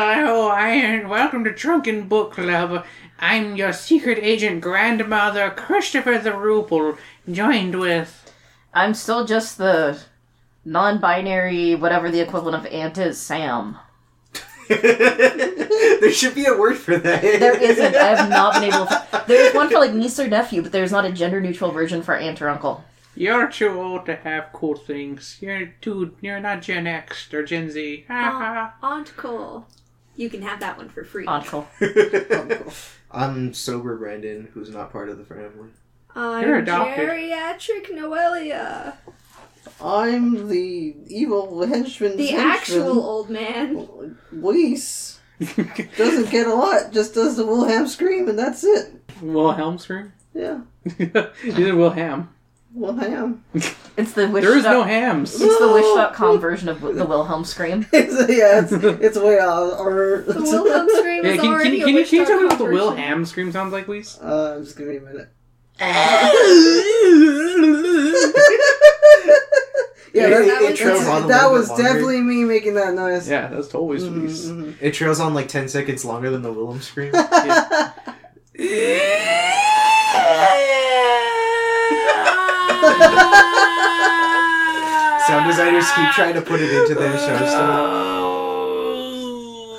Hi, and welcome to Drunken Book Club. I'm your secret agent grandmother, Christopher the Rupel, joined with. I'm still just the non binary, whatever the equivalent of aunt is, Sam. there should be a word for that. There isn't. I have not been able to. There's one for like niece or nephew, but there's not a gender neutral version for aunt or uncle. You're too old to have cool things. You're too. You're not Gen X or Gen Z. Ha ha. Aunt Cole. You can have that one for free. Uncle. I'm sober Brandon, who's not part of the family. I'm You're adopted. geriatric Noelia. I'm the evil henchman. The actual old man. Luis Oh. doesn't get a lot. Just does the Wilhelm scream and that's it. Wilhelm scream? Yeah, you said Wilhelm. Wilhelm. It's the wish. There is dot- no hams. It's the wish.com version of the Wilhelm scream. It's, yeah, it's, it's way out. Or The Wilhelm scream Yeah, is can, can, can already a you can you Wichita tell me what the version. Wilhelm scream sounds like, please? uh, just give me a minute. yeah, It- it that, it's- trails on a that little was bit longer. definitely me making that noise. yeah, that's always Luis. Mhm, It trails on like 10 seconds longer than the Willem scream. mhm. Sound designers keep trying to put it into their show stuff.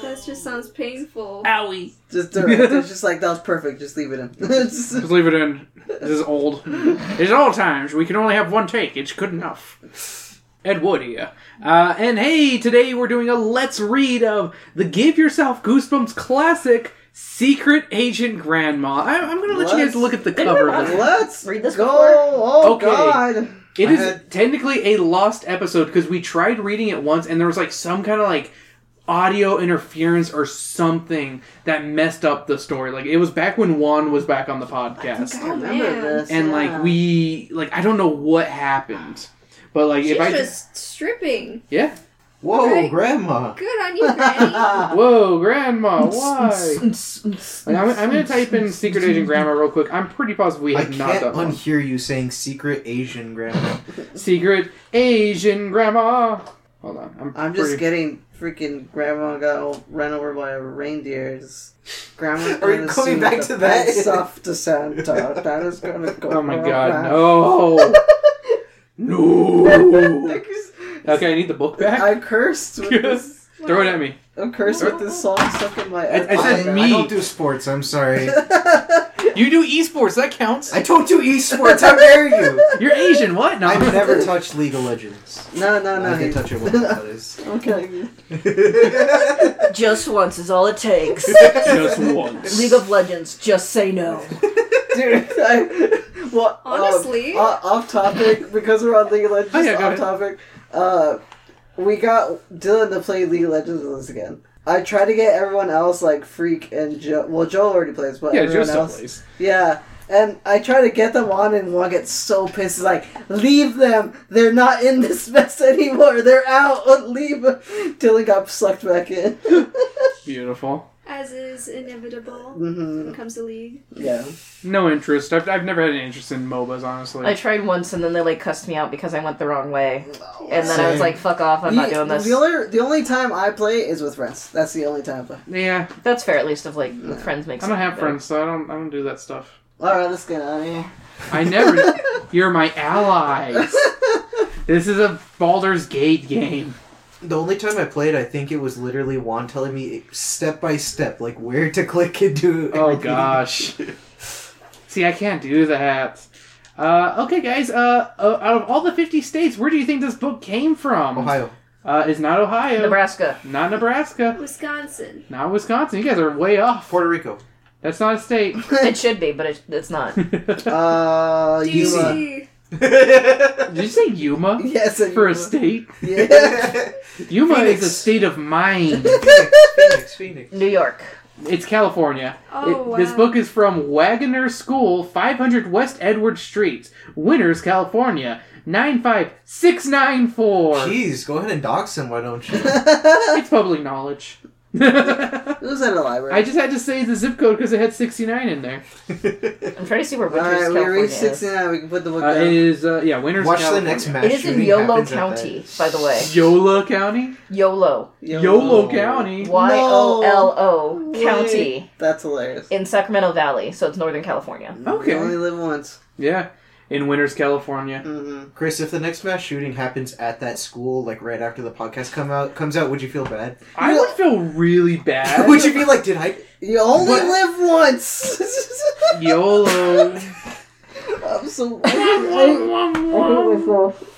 That just sounds painful. Owie. just direct. It's just like that was perfect. Just leave it in. Just- Just leave it in. This is old. It's old times. We can only have one take. It's good enough. Ed Wood here. Uh, and hey, today we're doing a let's read of the Give Yourself Goosebumps classic, Secret Agent Grandma. I, I'm going to let you guys look Let's- at the cover. of it. Let's Read this go. before? Oh Okay. God. It I is had- technically a lost episode because we tried reading it once and there was like some kind of like audio interference or something that messed up the story. Like it was back when Juan was back on the podcast. I remember Oh, man. this. and yeah. like we like I don't know what happened, but like She's if I just stripping. yeah Whoa, Right. Grandma! Good on you, Granny. Ah. whoa grandma why like, I'm, I'm gonna type in secret agent grandma real quick I'm pretty positive we I have not can't done one. unhear you saying secret Asian Grandma. secret Asian grandma hold on I'm, I'm pretty... just getting freaking grandma got o- run over by a reindeer. Just- Grandma. Are you gonna coming sing back the to that? best Stuff to Santa. That is gonna go. oh my real god bad. no no okay I need the book back I cursed with this. throw it at me I'm cursed with this song stuck in my. I- I said I, me. I don't do sports, I'm sorry. you do esports that counts I don't do esports, how dare you! you're Asian what no I've never touched League of Legends. No, no, no. I can you- touch it once, that is. I'm killing you. Just once is all it takes. just once League of Legends, just say no. Dude, I, well, um, Honestly? o- off topic because we're on League of Legends. Oh, yeah, go off ahead. topic. Uh, we got Dylan to play League of Legends with us again. I tried to get everyone else like Freak and Joe. Well, Joel already plays, but yeah everyone just else. place Yeah. And I try to get them on, and one gets so pissed. He's like, "Leave them! They're not in this mess anymore. They're out. Leave!" Dylan got sucked back in. beautiful As is inevitable when Mm-hmm. hmm it comes to League. Yeah. no interest I've, I've never had an interest in MOBAs honestly I tried once and then they like cussed me out because I went the wrong way. And then I was Same. like, fuck off, I'm not The- doing this. The only the only time I play is with friends. That's the only time I play. yeah That's fair, at least, if like friends makes I don't have friends, so I don't. I don't do that stuff. All right, let's get out of here. I never. you're my allies. This is a Baldur's Gate game. The only time I played, I think it was literally Juan telling me step by step, like where to click and do. Oh everything. gosh. See, I can't do that. Uh, okay, guys. Uh, uh, out of all the fifty states, where do you think this book came from? Ohio. Uh, it's not Ohio. Nebraska. Not Nebraska. Wisconsin. Not Wisconsin. You guys are way off. Puerto Rico. That's not a state. It should be, but it, it's not. Uh, Yuma. DC. Did you say Yuma Yes, and for a Yuma. state? Yeah. Yuma Phoenix. is a state of mind. Phoenix, Phoenix. New York. It's California. Oh, It- wow. This book is from Wagoner School, 500 West Edward Street, Winters, California, 95694. Jeez, go ahead and dox him, why don't you? it's public knowledge. I It was at a library. just had to say the zip code because it had 69 in there. I'm trying to see where All Winters, right, we California reached is. 69. We can put the book Uh, down. it is, uh, yeah, Winners, Watch California. the next mass It is in shooting Yolo happens at County, by the way. Yola County? Yolo. Yo. Yolo County? Y O L O Wait. County That's hilarious. in Sacramento Valley, so it's Northern California. Mm-hmm. Okay. You only live once. Yeah, in Winners, California. Mm-hmm. that. Chris, if the next mass shooting happens at that school, like right after the podcast come out comes out, would you feel bad? I would feel really bad. would you be like, did I? You only What? live once. Yolo. I'm so.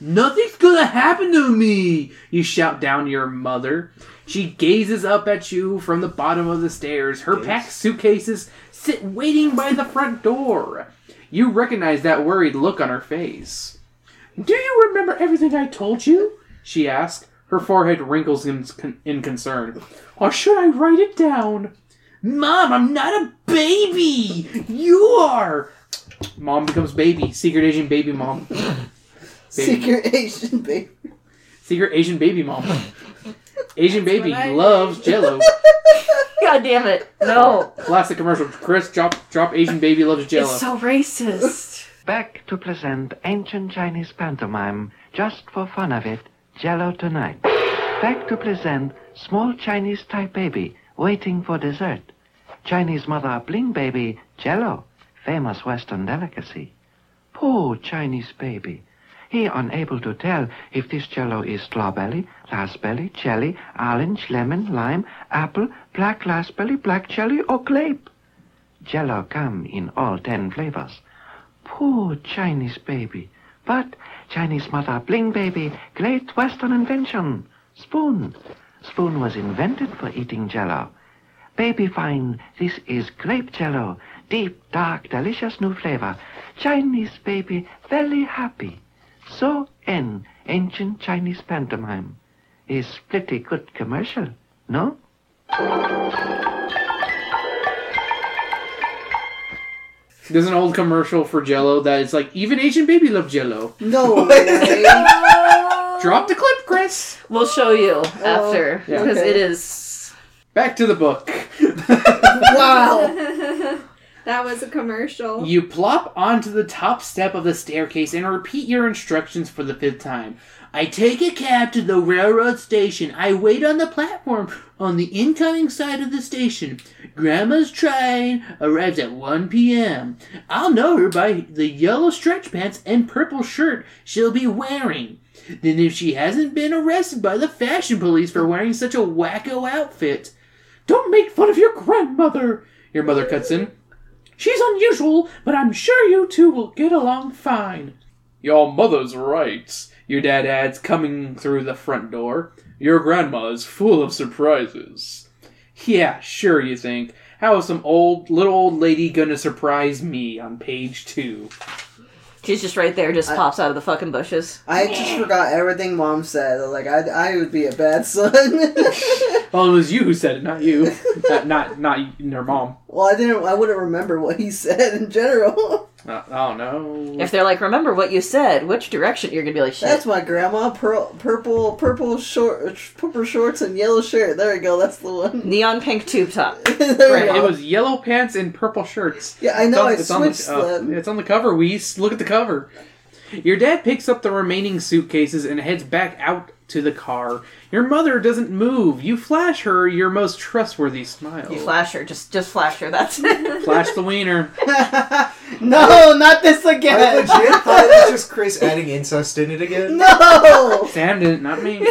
Nothing's gonna happen to me! You shout down your mother. She gazes up at you from the bottom of the stairs. Her packed suitcases sit waiting by the front door. You recognize that worried look on her face. Do you remember everything I told you? She asks. Her forehead wrinkles in, in concern. Or should I write it down? Mom, I'm not a baby! You are! Mom becomes baby. Secret Asian baby mom. Baby. Secret Asian baby. Secret Asian baby mom. Asian baby what I- loves Jello. God damn it. No. Classic commercial. Chris, drop, drop. Asian baby loves Jello. It's so racist. Back to present ancient Chinese pantomime, just for fun of it, Jello tonight. Back to present small Chinese type baby waiting for dessert. Chinese mother bling baby Jello, famous Western delicacy. Poor Chinese baby. He unable to tell if this jello is strawberry, raspberry, jelly, orange, lemon, lime, apple, black raspberry, black jelly, or grape. Jello come in all ten flavors. Poor Chinese baby. But Chinese mother bling baby, great Western invention. Spoon. Spoon was invented for eating jello. Baby find this is grape jello. Deep, dark, delicious new flavor. Chinese baby very happy. So end ancient Chinese pantomime. Is pretty good commercial, no? There's an old commercial for Jello that is like even Asian baby loves Jello. No way. Drop the clip, Chris. We'll show you after Yeah. because Okay. it is. Back to the book. wow. that was a commercial. You plop onto the top step of the staircase and repeat your instructions for the fifth time. I take a cab to the railroad station. I wait on the platform on the incoming side of the station. Grandma's train arrives at 1 p.m. I'll know her by the yellow stretch pants and purple shirt she'll be wearing. Then, if she hasn't been arrested by the fashion police for wearing such a wacko outfit, don't make fun of your grandmother! Your mother cuts in. She's unusual, but I'm sure you two will get along fine. Your mother's right, your dad adds, coming through the front door. Your grandma is full of surprises. Yeah, sure, you think. How is some old, little old lady gonna surprise me on page two? She's just right there, just pops out of the fucking bushes. I just forgot everything mom said. Like I, I would be a bad son. Well, it was you who said it, not you. not, not, not your mom. well, I didn't. I wouldn't remember what he said in general. Uh, I don't know. If they're like, remember what you said, which direction you're gonna be like, shit. That's my grandma. Pur- purple, purple short, purple shorts and yellow shirt. There we go. That's the one. Neon pink tube top. there we Right, go. it was yellow pants and purple shirts. Yeah, I know, I switched on the, uh, them. It's on the cover. We look at the cover. Your dad picks up the remaining suitcases and heads back out to the car. Your mother doesn't move. You flash her your most trustworthy smile. You flash her, just just flash her. That's it. Flash the wiener. no, not this I again. legit thought it was just Chris adding incest in it again. No. Sam did it, not me.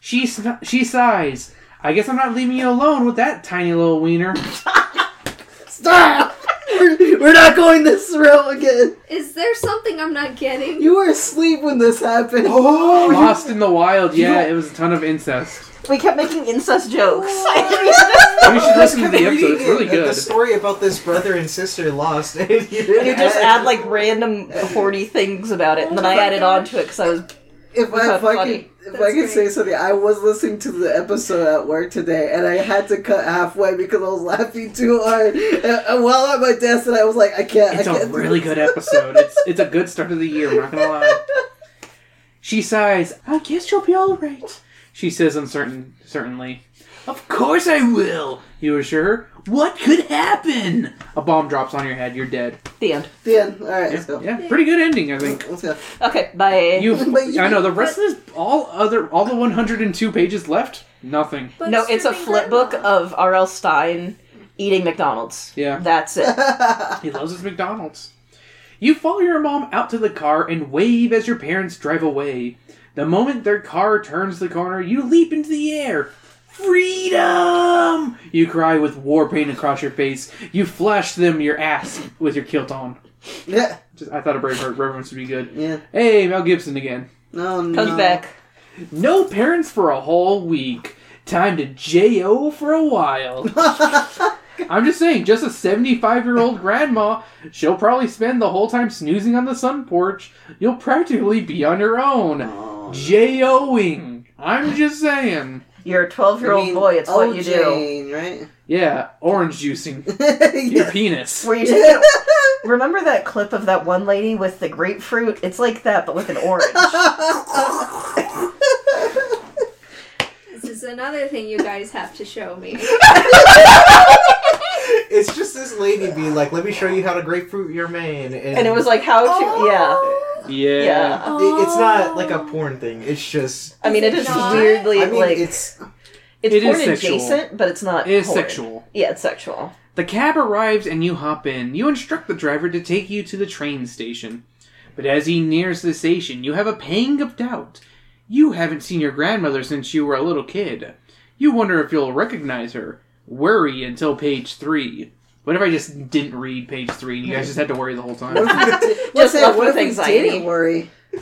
she sn- she sighs. I guess I'm not leaving you alone with that tiny little wiener. Stop! We're, we're not going this route again. Is there something I'm not getting? You were asleep when this happened. Oh, you- Lost in the wild. Yeah, it was a ton of incest. we kept making incest jokes. We should listen to the episode. It's really The good. story about this brother and sister lost, and you didn't you just add like random horny things about it, and then I added on to it because I was If I, That's if I funny. could, if I That's could say great. something, I was listening to the episode at work today, and I had to cut halfway because I was laughing too hard and, and while at my desk, and I was like, I can't. It's I a can't do really this. good episode. It's it's a good start of the year. I'm not gonna lie. She sighs. I guess you'll be all right. She says uncertain, certainly. Of course I will, you assure her. What could happen? A bomb drops on your head. You're dead. The end. The end. All right, let's go. Yeah, pretty good ending, I think. Let's go. Okay, bye. You, But you- I know the rest of this, all other, all the 102 pages left, nothing. But no, it's a stripping flip book grandma. of R.L. Stein eating McDonald's. Yeah. That's it. He loves his McDonald's. You follow your mom out to the car and wave as your parents drive away. The moment their car turns the corner, you leap into the air. Freedom! You cry with war paint across your face. You flash them your ass with your kilt on. Yeah. Just, I thought a Braveheart reference would be good. Yeah. Hey, Mel Gibson again. No, no. Comes back. No parents for a whole week. Time to J.O. for a while. I'm just saying, just a 75 year old grandma, she'll probably spend the whole time snoozing on the sun porch. You'll practically be on your own. J.O.ing. I'm just saying. You're a 12 year I old mean, boy. It's what you do. O-Jane, right? Yeah, orange juicing. Your yeah. penis. Where you take it- Remember that clip of that one lady with the grapefruit? It's like that, but with an orange. This is another thing you guys have to show me. It's just this lady being like, "Let me show you how to grapefruit your man," and, and it was like how to. Yeah. Oh. Yeah, yeah. it- it's not like a porn thing. It's just. I mean, it Is is it not? weirdly I mean, like it's, it's It is porn sexual. adjacent, but it's not. It is porn. sexual. Yeah, it's sexual. The cab arrives and you hop in. You instruct the driver to take you to the train station. But as he nears the station, you have a pang of doubt. You haven't seen your grandmother since you were a little kid. You wonder if you'll recognize her. Worry until page three. What if I just didn't read page three and you guys just had to worry the whole time? Just Say, left with what if we anxiety. didn't worry?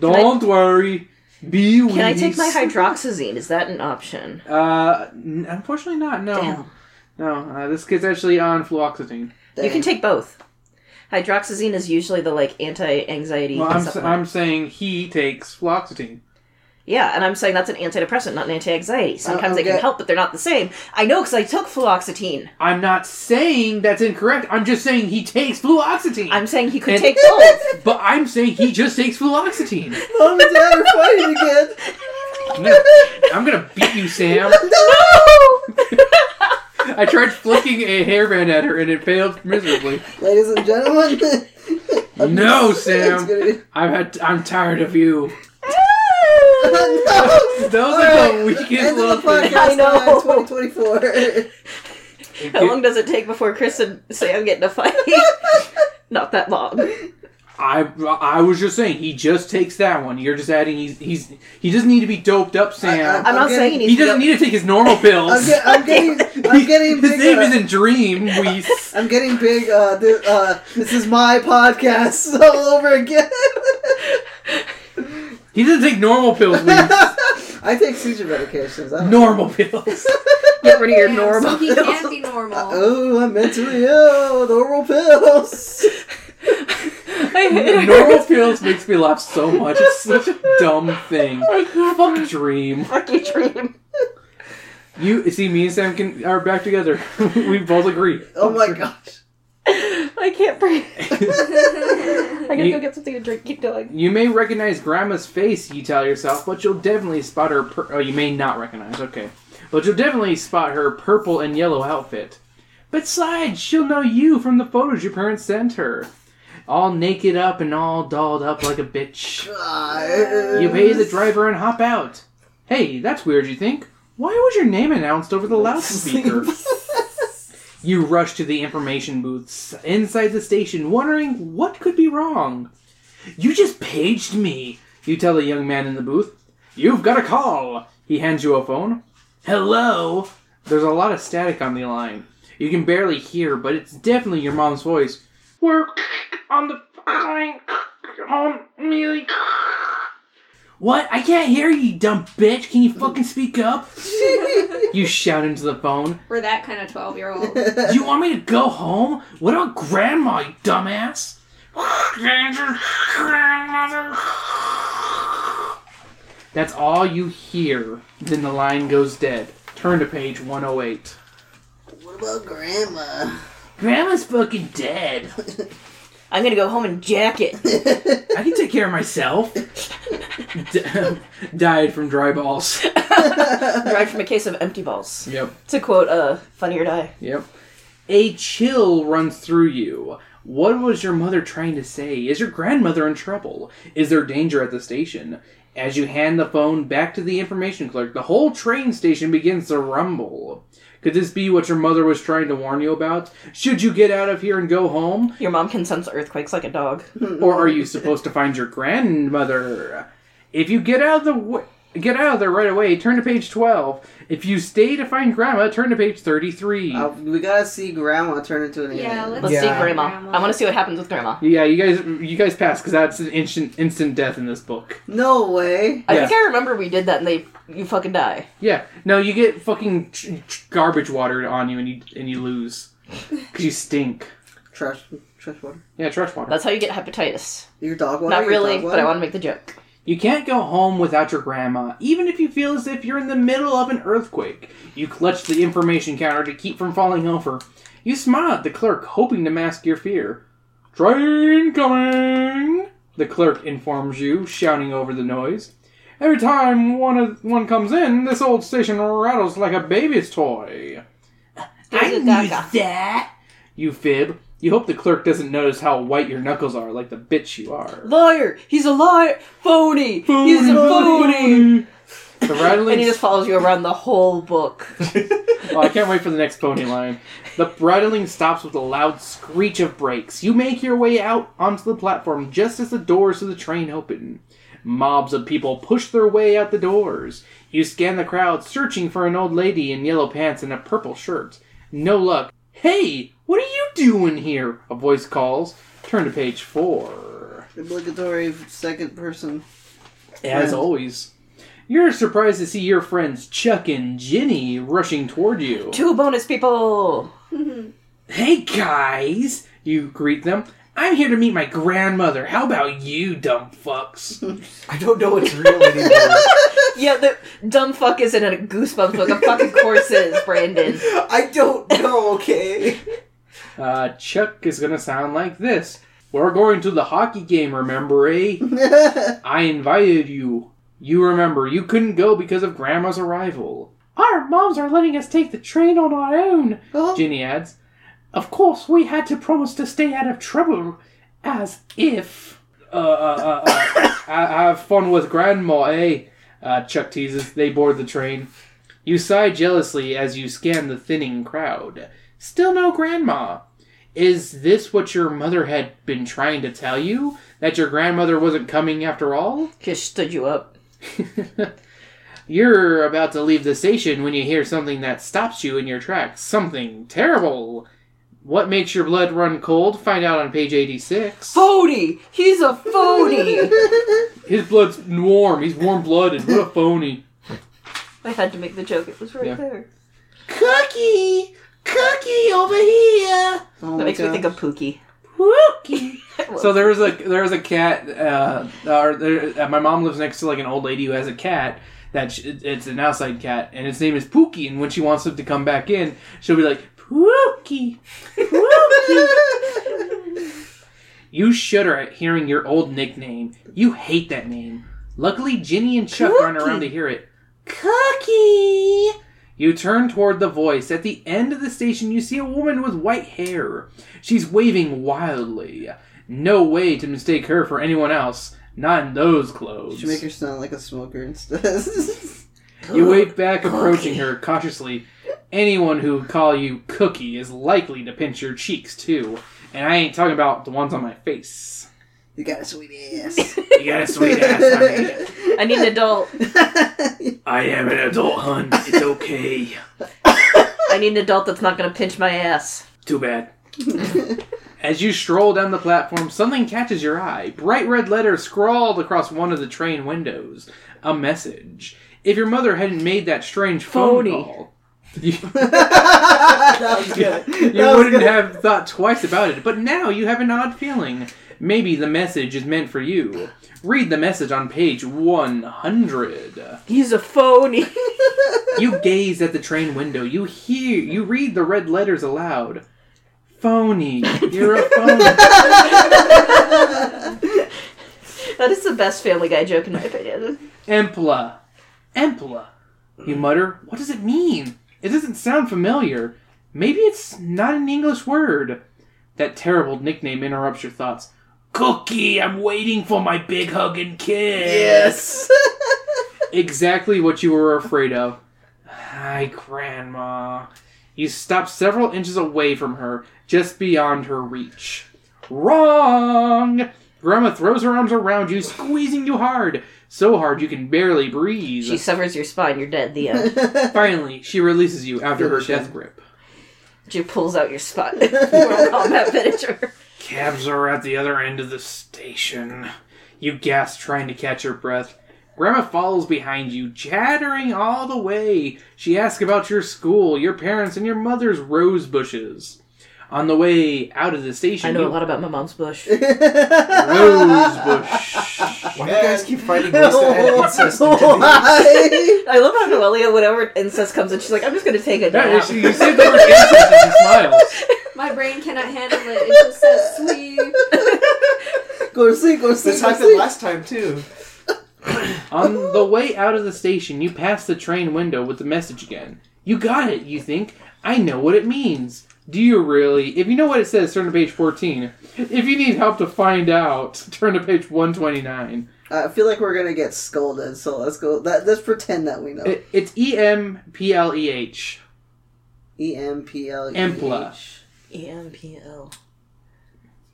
Don't worry. Be Can I take my hydroxyzine? Is that an option? Uh, n- unfortunately not. No, Damn. no. Uh, this kid's actually on fluoxetine. You can take both. Hydroxyzine is usually the like anti-anxiety. Well, I'm, s- supplement. I'm saying he takes fluoxetine. Yeah, and I'm saying that's an antidepressant, not an anti-anxiety. Uh, Sometimes they okay. can help, but they're not the same. I know because I took fluoxetine. I'm not saying that's incorrect. I'm just saying he takes fluoxetine. I'm saying he could And- take Oh, both. but I'm saying he just takes fluoxetine. Mom and Dad are fighting again. I'm gonna, I'm gonna beat you, Sam. I tried flicking a hairband at her and it failed miserably. Ladies and gentlemen. No, it's Sam. gonna be- I've had. I'm tired of you. no. Those are the weakest End of little the podcast. things. I know. guys, 2024. How long does it take before Chris and Sam get in a fight? Not that long. I I was just saying he just takes that one. You're just adding he's he's he doesn't need to be doped up, Sam. I- I'm not Okay. saying he needs he doesn't to need to take his normal pills. I'm, get, I'm getting. I'm getting his big. name uh, isn't Dream Weiss. I'm getting big. Uh, th- uh, this is my podcast all over again. He doesn't take normal pills. Weiss. I take seizure medications. I don't normal pills. get rid of your Damn, normal. So he can't be normal. Oh, I'm mentally ill. The oral pills. normal pills makes me laugh so much. It's such a dumb thing. Fuck dream. Fucking dream. You see, me and Sam can are back together. we both agree. Oh my gosh. I can't breathe. I gotta You- go get something to drink. Keep going. You may recognize Grandma's face, you tell yourself, but you'll definitely spot her. Pur- oh, you may not recognize. Okay, but you'll definitely spot her purple and yellow outfit. Besides, she'll know you from the photos your parents sent her. All naked up and all dolled up like a bitch. God. You pay the driver and hop out. Hey, that's weird, you think? Why was your name announced over the loudspeaker? you rush to the information booths inside the station, wondering what could be wrong. You just paged me, you tell the young man in the booth. You've got a call. He hands you a phone. Hello? There's a lot of static on the line. You can barely hear, but it's definitely your mom's voice. We're on the fine home, Mealy. What? I can't hear you, you dumb bitch. Can you fucking speak up? you shout into the phone. We're that kind of 12 year old. Do you want me to go home? What about grandma, you dumbass? That's all you hear. Then the line goes dead. Turn to page 108. What about grandma? Grandma's fucking dead. I'm gonna go home and jack it. I can take care of myself. D- died from dry balls. Drive from a case of empty balls. Yep. To quote, uh, Funny or Die. Yep. A chill runs through you. What was your mother trying to say? Is your grandmother in trouble? Is there danger at the station? As you hand the phone back to the information clerk, the whole train station begins to rumble. Could this be what your mother was trying to warn you about? Should you get out of here and go home? Your mom can sense earthquakes like a dog. or are you supposed to find your grandmother? If you get out of the w- get out of there right away, turn to page twelve. If you stay to find grandma, turn to page thirty-three. Uh, we gotta see Grandma turn into an Yeah, alien. let's Let's Yeah. see Grandma. Grandma. I want to see what happens with Grandma. Yeah, you guys, you guys pass because that's an instant, instant death in this book. No way. I Yeah. think I remember we did that and they, you fucking die. Yeah, no, you get fucking tr- tr- garbage watered on you and you and you lose because you stink. Trash, trash water. Yeah, trash water. That's how you get hepatitis. Your dog water. Not your really, dog but I water? want to make the joke. You can't go home without your grandma, even if you feel as if you're in the middle of an earthquake. You clutch the information counter to keep from falling over. You smile at the clerk, hoping to mask your fear. Train coming! The clerk informs you, shouting over the noise. Every time one of, one comes in, this old station rattles like a baby's toy. I There's a knew gaga. that. You fib. You hope the clerk doesn't notice how white your knuckles are, like the bitch you are. Liar! He's a liar! Phony! He's a phony! The rattling. And he just follows you around the whole book. Oh, I can't wait for the next pony line. The rattling stops with a loud screech of brakes. You make your way out onto the platform just as the doors to the train open. Mobs of people push their way out the doors. You scan the crowd, searching for an old lady in yellow pants and a purple shirt. No luck. Hey, what are you doing here? A voice calls. Turn to page four. Obligatory second person. As Friend. always, you're surprised to see your friends Chuck and Ginny rushing toward you. Two bonus people! Hey guys, you greet them. I'm here to meet my grandmother. How about you, dumb fucks? I don't know what's real anymore. Yeah, the dumb fuck isn't a goosebumps book. Of fucking course is, Brandon. I don't know, okay? Uh, Chuck is gonna sound like this. We're going to the hockey game, remember, eh? I invited you. You remember, you couldn't go because of Grandma's arrival. Our moms are letting us take the train on our own, Oh. Ginny adds. Of course, we had to promise to stay out of trouble, as if. Uh, uh, uh, uh, I- have fun with Grandma, eh? Uh, Chuck teases. They board the train. You sigh jealously as you scan the thinning crowd. Still no Grandma. Is this what your mother had been trying to tell you? That your grandmother wasn't coming after all? Just stood you up. You're about to leave the station when you hear something that stops you in your tracks. Something terrible. What makes your blood run cold? Find out on page 86. Phony! He's a phony! His blood's warm. He's warm blooded. What a phony. I had to make the joke. It was right Yeah. there. Cookie! Cookie over here! Oh That my makes me God. think of Pookie. So there was a there was a cat. Uh, or there, uh, my mom lives next to like an old lady who has a cat. That sh it's an outside cat, and its name is Pookie. And when she wants him to come back in, she'll be like Pookie, Pookie. you shudder at hearing your old nickname. You hate that name. Luckily, Ginny and Chuck aren't around to hear it. Cookie. You turn toward the voice. At the end of the station, you see a woman with white hair. She's waving wildly. No way to mistake her for anyone else. Not in those clothes. Should make her sound like a smoker instead. You wave back, approaching her cautiously. Anyone who would call you Cookie is likely to pinch your cheeks too, and I ain't talking about the ones on my face. you got a sweet ass. You got a sweet ass. honey. I need an adult. I am an adult, hun. It's okay. I need an adult that's not gonna pinch my ass. Too bad. As you stroll down the platform, something catches your eye. Bright red letters scrawled across one of the train windows. A message. If your mother hadn't made that strange phone Phony. call, you, that was good. you That was wouldn't good. have thought twice about it. But now you have an odd feeling. Maybe the message is meant for you. Read the message on page 100. He's a phony. You gaze at the train window. You hear, you read the red letters aloud. Phony. You're a phony. that is the best Family Guy joke in my opinion. Empla. Empla. you mutter. What does it mean? It doesn't sound familiar. Maybe it's not an English word. That terrible nickname interrupts your thoughts. Cookie, I'm waiting for my big hug and kiss. exactly what you were afraid of. Hi, Grandma. You stop several inches away from her, just beyond her reach. Wrong! Grandma throws her arms around you, squeezing you hard, so hard you can barely breathe. She severs your spine. You're dead. The end. Finally, she releases you after her death grip. She pulls out your spine. Mortal Kombat finisher. Cabs are at the other end of the station. You gasp, trying to catch her breath. Grandma follows behind you, chattering all the way. She asks about your school, your parents, and your mother's rose bushes. On the way out of the station, I know a lot about my mom's bush. rose bush. Why do you guys keep finding ways to add incest into these? Why? I love how Noelia, whenever incest comes in, she's like, I'm just going to take a Yeah, nap. she- you said the word incest and she smiles. My brain cannot handle it. It just says sleep. Go to sleep, go to sleep, This go to happened sleep. last time too. On the way out of the station, you pass the train window with the message again. You got it, you think. I know what it means. Do you really? If you know what it says, turn to page 14. If you need help to find out, turn to page 129. I feel like we're gonna get scolded, so let's go. That, let's pretend that we know. It, it's E M P L E H. E M P L E. Empla. E EMPL.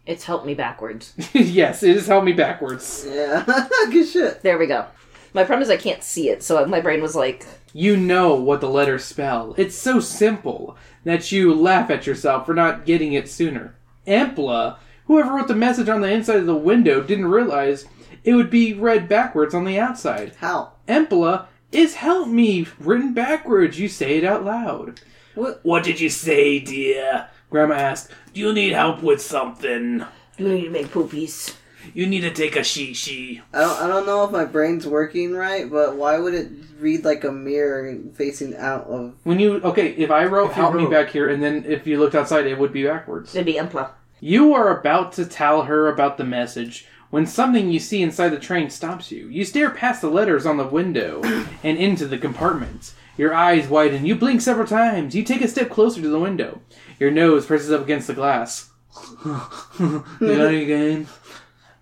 It's helped me backwards. Yes, it is help me backwards. Yeah, good shit. There we go. My problem is I can't see it, so my brain was like, You know what the letters spell. It's so simple that you laugh at yourself for not getting it sooner. Ampla, whoever wrote the message on the inside of the window, didn't realize it would be read backwards on the outside. How? Empla is help me written backwards. You say it out loud. What- did you say, dear? Grandma asked. Do you need help with something? you need to make poopies. You need to take a she-she. I don't, I don't know if my brain's working right, but why would it read like a mirror facing out of? When you okay, if I wrote If you help me wrote- back here, and then if you looked outside, it would be backwards. It'd be Empla. You are about to tell her about the message when something you see inside the train stops you. You stare past the letters on the window and into the compartment. Your eyes widen. You blink several times. You take a step closer to the window. Your nose presses up against the glass. you got any game?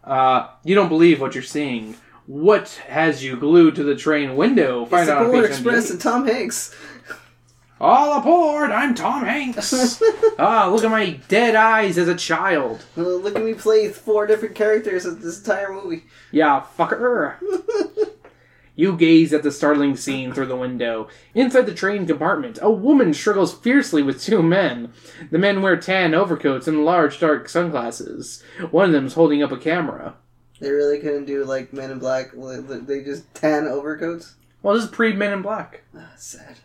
Uh, you don't believe what you're seeing. What has you glued to the train window? Find It's the out on Polar page 98. Express and Tom Hanks. All aboard! I'm Tom Hanks. ah, look at my dead eyes as a child. Uh, Look at me play four different characters in this entire movie. Yeah, fucker. you gaze at the startling scene through the window. Inside the train compartment, a woman struggles fiercely with two men. The men wear tan overcoats and large dark sunglasses. One of them's holding up a camera. They really couldn't do like Men in Black. like, like, They just tan overcoats. Well, this is pre Men in Black. That's sad.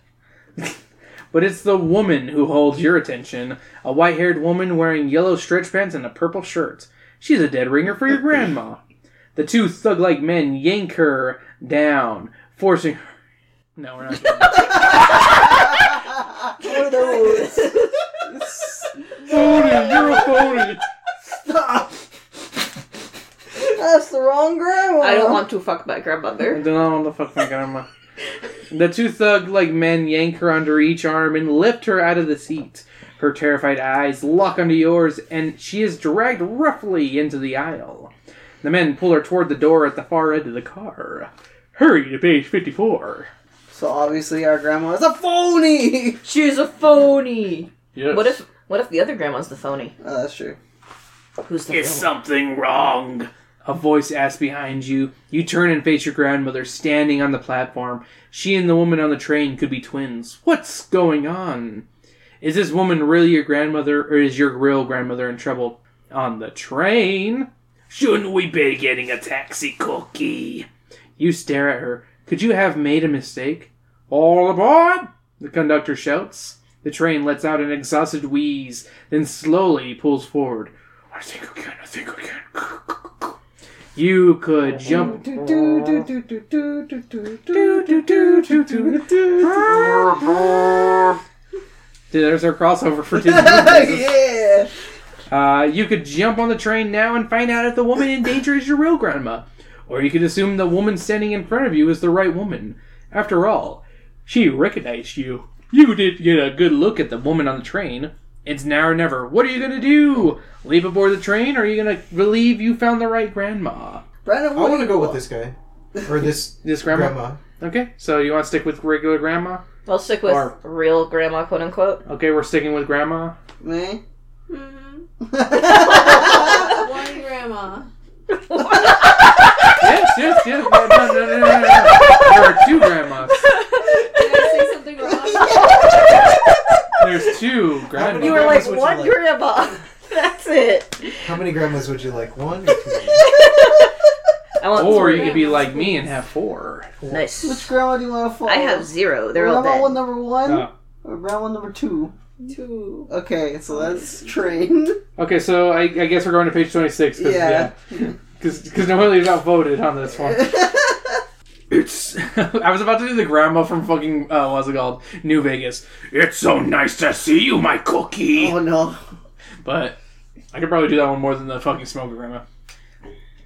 But it's the woman who holds your attention a white haired woman wearing yellow stretch pants and a purple shirt. She's a dead ringer for your grandma. The two thug like men yank her down, forcing her. No, we're not. doing that. What are those? phony. You're a phony. That's the wrong grandma. I don't want to fuck my grandmother. I don't know what the fuck my grandma. The two thug like men yank her under each arm and lift her out of the seat. Her terrified eyes lock onto yours, and she is dragged roughly into the aisle. The men pull her toward the door at the far end of the car. Hurry to page 54. So obviously our grandma is a phony. She's a phony. Yes. What if what if the other grandma's the phony? Oh, that's true. Who's the Is phony? something wrong? A voice asks behind you. You turn and face your grandmother standing on the platform. She and the woman on the train could be twins. What's going on? Is this woman really your grandmother, or is your real grandmother in trouble on the train? Shouldn't we be getting a taxi, Cookie? You stare at her. Could you have made a mistake? All aboard! The conductor shouts. The train lets out an exhausted wheeze, then slowly pulls forward. I think we can. I think we can. You could jump. There's our crossover for Disney. yeah. Uh, you could jump on the train now and find out if the woman in danger is your real grandma. Or you could assume the woman standing in front of you is the right woman. After all, She recognized you. You did get a good look at the woman on the train. It's now or never. What are you gonna do? Leap aboard the train, or are you gonna believe you found the right grandma? Brandon, I what want to do go you with this guy or this This grandma. grandma. Okay, so you want to stick with regular grandma? I'll stick with Or- real grandma, quote unquote. Okay, we're sticking with grandma. Me? Mm-hmm. I One grandma. Yes, yes, yes. No, no, no, no, no, no. There are two grandmas. Did I say something wrong? There's two grandmas. You were grandmas like would you one like?" grandma. That's it. How many grandmas would you like? One or two? I want or three. you could be like me and have four. nice. Which grandma do you want to follow? I have zero. They're all Grandma dead. one number one Uh, or grandma number two? Two. Okay, so that's trained. okay, so I, I guess we're going to page 26. Cause, Yeah. yeah. Because Noelia's outvoted on this one. It's. I was about to do the grandma from fucking, uh, what's it called? New Vegas. It's so nice to see you, my cookie. Oh no. But I could probably do that one more than the fucking smoker grandma.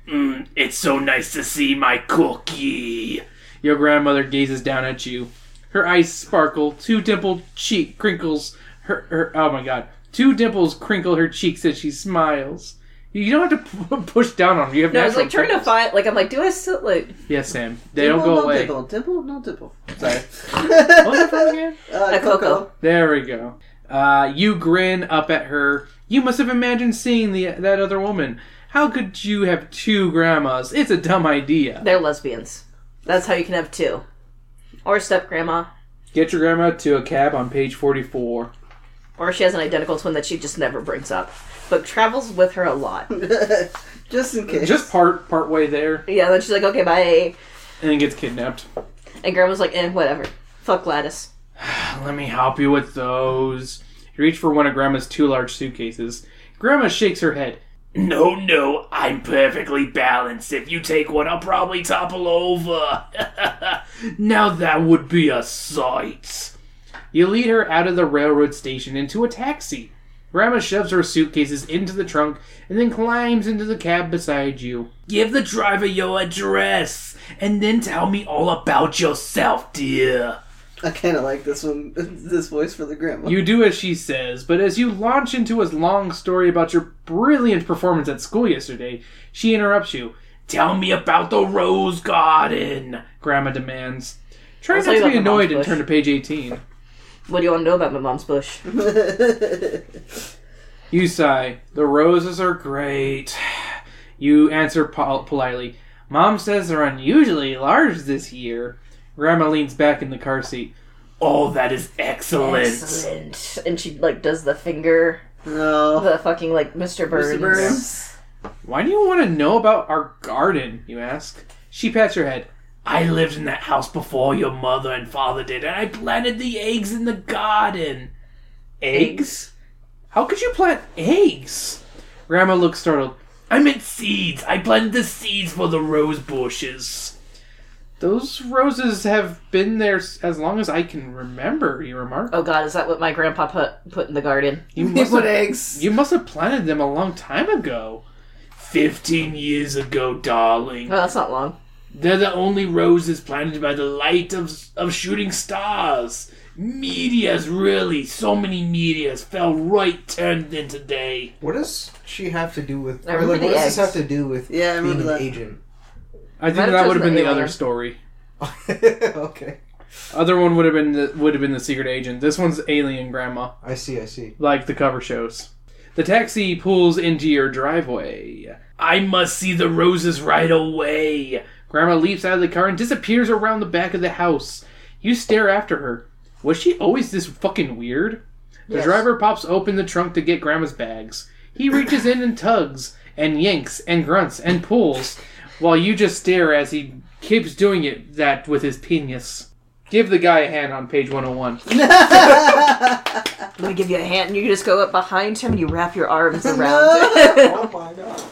Mm, it's so nice to see my cookie. Your grandmother gazes down at you. Her eyes sparkle. Two dimpled cheek crinkles. Her, her oh my god. Two dimples crinkle her cheeks as she smiles. You don't have to p- push down on them. You have no, I was natural like trying to dimples. find. Like I'm like, do I still like? Yes, Sam. They don't Dimple, go no away. Dimple, dimple, no dimple. Sorry. What was that from again? Uh, A Coco. There we go. Uh, you grin up at her. You must have imagined seeing the that other woman. How could you have two grandmas? It's a dumb idea. They're lesbians. That's how you can have two, or step grandma, Get your grandma to a cab on page 44. or she has an identical twin that she just never brings up, but travels with her a lot. Just in case. Just part part way there Yeah, then she's like, okay, bye, and then gets kidnapped. and grandma's like, eh, whatever. Fuck Gladys. Let me help you with those. You reach for one of grandma's two large suitcases. Grandma shakes her head. No, no, I'm perfectly balanced. If you take one, I'll probably topple over. now that would be a sight. You lead her out of the railroad station into a taxi. Grandma shoves her suitcases into the trunk and then climbs into the cab beside you. Give the driver your address and then tell me all about yourself, dear. I kind of like this one. This voice for the grandma. You do as she says, but as you launch into a long story about your brilliant performance at school yesterday, she interrupts you. Tell me about the rose garden, Grandma demands. Try not I'll tell you to be about my mom's annoyed and bush. turn to page 18. What do you want to know about my mom's bush? You sigh. The roses are great. You answer pol- politely. Mom says they're unusually large this year. Grandma leans back in the car seat. Oh, that is excellent. Excellent. And she like does the finger, no. the fucking like Mr. Burns. Mr. Burns. Why do you want to know about our garden? You ask. She pats your head. I lived in that house before your mother and father did, and I planted the eggs in the garden. Eggs? How could you plant eggs? Grandma looks startled. I meant seeds. I planted the seeds for the rose bushes. Those roses have been there s- as long as I can remember, you remark. Oh God, is that what my grandpa put put in the garden? You He must put have eggs. you must have planted them a long time ago. Fifteen years ago, darling. Oh, that's not long. They're the only roses planted by the light of, of shooting stars. Meteors, really. So many meteors fell right turned in today. What does she have to do with? I Or remember like, what the does eggs. this have to do with Yeah, I being remember an that. agent? I Might think have that would chosen have been the the alien. other story. okay, Other one would have been the, would have been the secret agent. This one's alien grandma, I see. I see. like the cover shows. The taxi pulls into your driveway. I must see the roses right away. Grandma leaps out of the car and disappears around the back of the house. You stare after her. Was she always this fucking weird? The driver pops open the trunk to get Grandma's bags. He reaches in and tugs, and yanks, and grunts, and pulls, while you just stare as he keeps doing it that with his penis. Give the guy a hand on page 101. Let me give you a hand, and you just go up behind him and you wrap your arms around. Oh my god.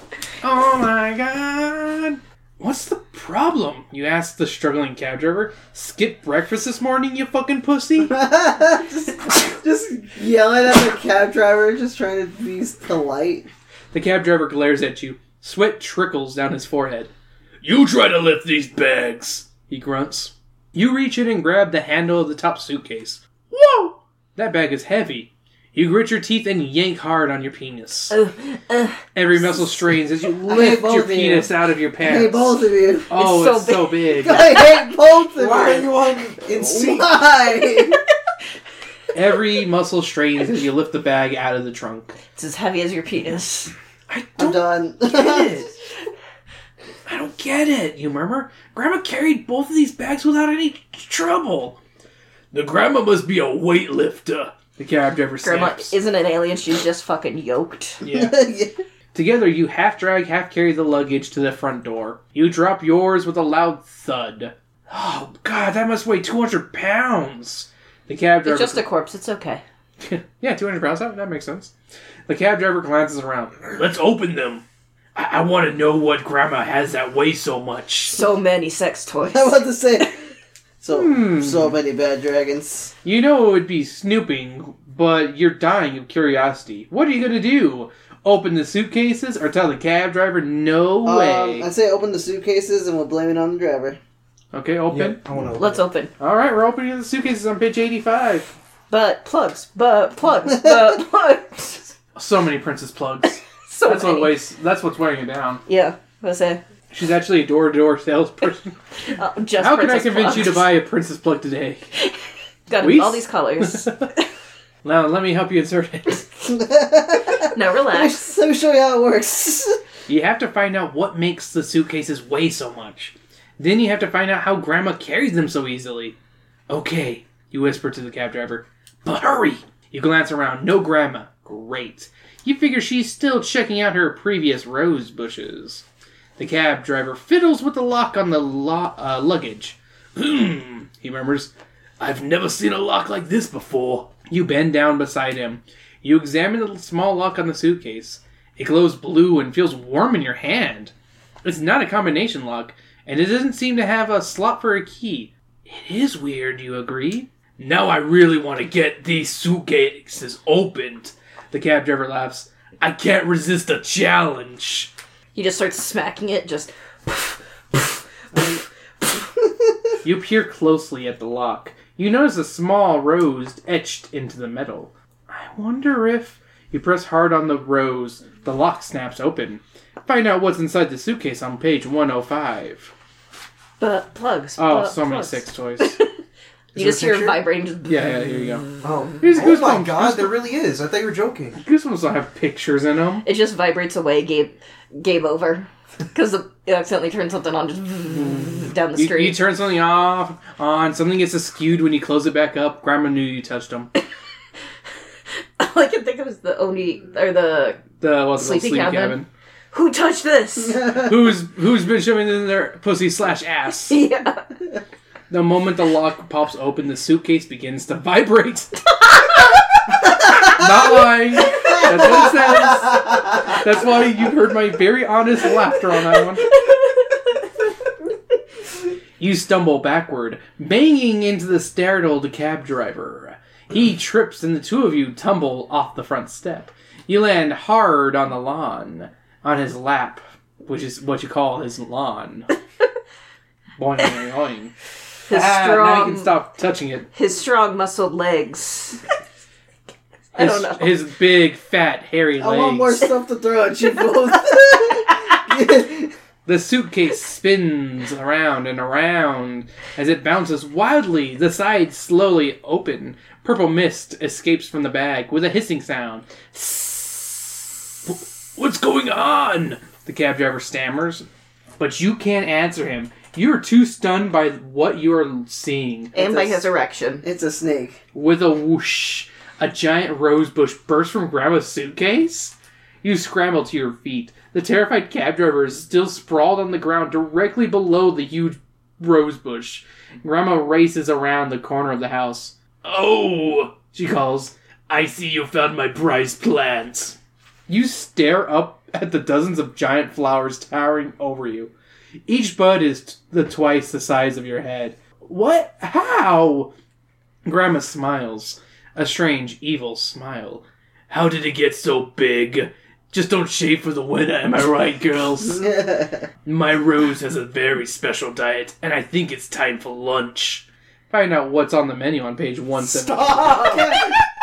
Oh my god! What's the problem? You ask the struggling cab driver. Skip breakfast this morning, you fucking pussy? just, just yelling at the cab driver, just trying to be polite. The cab driver glares at you. Sweat trickles down his forehead. You try to lift these bags, he grunts. You reach in and grab the handle of the top suitcase. Whoa! That bag is heavy. You grit your teeth and yank hard on your penis. Every muscle strains as you lift both your of you. penis out of your I pants. hate both of you. Oh, It's it's, so so big. I hate both of Why are you. you on in sync? Why? Every muscle strains as you lift the bag out of the trunk. It's as heavy as your penis. I'm done. I don't get it, you murmur. Grandma carried both of these bags without any trouble. The grandma must be a weightlifter. The cab driver Grandma snaps. isn't an alien, she's just fucking yoked. yeah. Together, you half drag, half carry the luggage to the front door. You drop yours with a loud thud. Oh, God, that must weigh 200 pounds. The cab driver. It's just a corpse, it's okay. yeah, 200 pounds. That, that makes sense. The cab driver glances around. Let's open them. I, I want to know what grandma has that weighs so much. So many sex toys. I want to say so Hmm. so many bad dragons. You know it would be snooping, but you're dying of curiosity. What are you going to do? Open the suitcases or tell the cab driver no Uh, way? Um, I say open the suitcases and we'll blame it on the driver. okay, open. Yeah, I want to. Let's open. All right, we're opening the suitcases on page 85. But plugs, but plugs, but plugs. So many princess plugs. So That's what many. weighs, that's what's wearing it down. Yeah, I was saying. She's actually a door-to-door salesperson. Uh, just How can I princess convince you to plugs. buy a princess plug today? Got Weiss? all these colors. Now let me help you insert it. now relax. Let me show you how it works. You have to find out what makes the suitcases weigh so much. Then you have to find out how Grandma carries them so easily. Okay, you whisper to the cab driver. But hurry! You glance around. No Grandma. Great. You figure she's still checking out her previous rose bushes. The cab driver fiddles with the lock on the lo- uh, luggage. Hmm, he murmurs. I've never seen a lock like this before. You bend down beside him. You examine the small lock on the suitcase. It glows blue and feels warm in your hand. It's not a combination lock, and it doesn't seem to have a slot for a key. It is weird, you agree? Now I really want to get these suitcases opened. The cab driver laughs. I can't resist a challenge. He just starts smacking it, just You peer closely at the lock. You notice a small rose etched into the metal. I wonder if. You press hard on the rose. The lock snaps open. Find out what's inside the suitcase on page 105. but plugs. Oh, but so many plugs. sex toys. You just hear it vibrating. Just Yeah, yeah, here you go. Oh, Here's oh my Goosebumps. god, there really is. I thought you were joking. Goosebumps don't have pictures in them. It just vibrates away. Game, game over. Because it accidentally turned something on just down the You, street. you turn something off, on, something gets askewed when you close it back up. Grandma knew you touched them. All I can think of is the Oni or the The what's it called, Sleepy sleepy cabin. cabin. who touched this. who's who's been shoving in their pussy slash ass. yeah, The moment the lock pops open, the suitcase begins to vibrate. Not lying. That's what it says. That's why you heard my very honest laughter on that one. You stumble backward, banging into the startled cab driver. He trips, and the two of you tumble off the front step. You land hard on the lawn, on his lap, which is what you call his lawn. boing, boing, boing. his Ah, now you strong, can stop touching it. his strong muscled legs. I His, don't know. his big, fat, hairy I legs. want more stuff to throw at you both. The suitcase spins around and around as it bounces wildly. The sides slowly open. Purple mist escapes from the bag with a hissing sound. What's going on? The cab driver stammers. But you can't answer him. You're too stunned by what you are seeing. and by It's a- his erection. it's a snake. With a whoosh, a giant rose bush bursts from Grandma's suitcase. You scramble to your feet. The terrified cab driver is still sprawled on the ground directly below the huge rose bush. Grandma races around the corner of the house. Oh, she calls. I see you found my prize plant. You stare up at the dozens of giant flowers towering over you. Each bud is t- the twice the size of your head. What? How? Grandma smiles, a strange, evil smile. How did it get so big? Just don't shave for the winter, am I right, girls? My Rose has a very special diet, and I think it's time for lunch. Find out what's on the menu on page 170.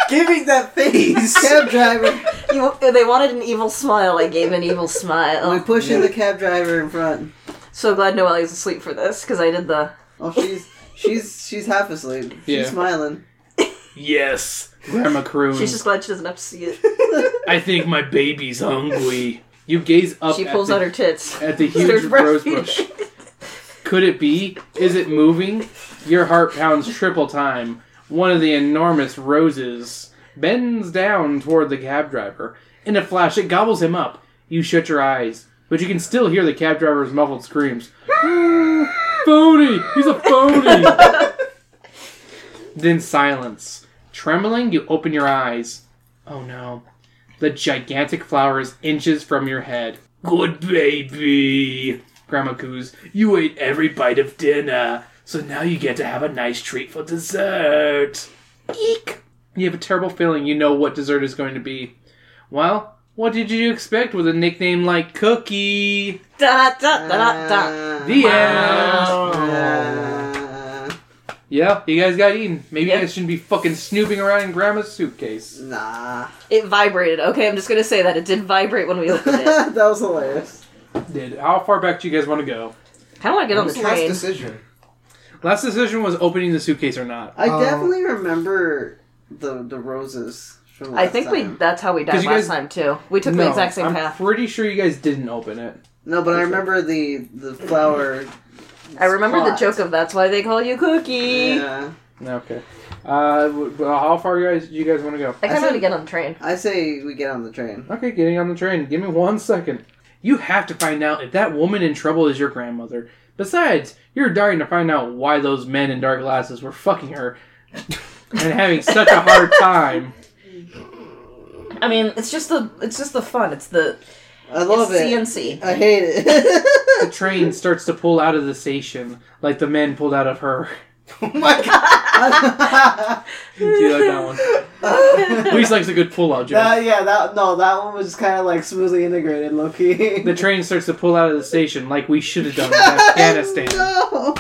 Giving that face. cab driver. You, they wanted an evil smile. I gave an evil We're smile. pushing the cab driver in front. So glad Noelle's asleep for this because I did the. Oh, she's she's she's half asleep. Yeah. She's smiling. Yes, Grandma Croon. She's just glad she doesn't have to see it. I think my baby's hungry. You gaze up She at pulls the- out her tits. at the There's huge rose bush. Could it be? Is it moving? Your heart pounds triple time. One of the enormous roses bends down toward the cab driver. In a flash, it gobbles him up. You shut your eyes, but you can still hear the cab driver's muffled screams. phony! He's a phony! then silence. Trembling, you open your eyes. Oh no. The gigantic flower is inches from your head. Good baby! Grandma coos. You ate every bite of dinner, so now you get to have a nice treat for dessert. Eek! You have a terrible feeling you know what dessert is going to be. Well, what did you expect with a nickname like Cookie? Da da da da da. Ah. The end! Uh, Yeah, you guys got eaten. Maybe Yep. you guys shouldn't be fucking snooping around in Grandma's suitcase. nah. It vibrated. Okay, I'm just gonna say that it did vibrate when we opened it. that was hilarious. Did how far back do you guys want to go? Kind of want to get on the train. decision? Last decision was opening the suitcase or not. I Oh. definitely remember the the roses from last I think we. time. That's how we died 'Cause last you guys- time too. We took the exact same I'm path. pretty sure you guys didn't open it. No, but I remember the the flower. I remember the spot. joke of that's why they call you Cookie. Yeah. Okay. Uh, w- well, how far you guys you guys want to go? I kind I of want to said- get on the train. I say we get on the train. Okay, getting on the train. Give me one second. You have to find out if that woman in trouble is your grandmother. Besides, you're dying to find out why those men in dark glasses were fucking her and having such a hard time. I mean, it's just the it's just the fun. It's the I love it's it. CNC. I hate it. The train starts to pull out of the station like the men pulled out of her. Oh my god. Do you like that one? Luis likes a good pull-out joke. Uh, That- yeah, that no, that one was kind of like smoothly integrated, low key. The train starts to pull out of the station like we should have done with Afghanistan. no,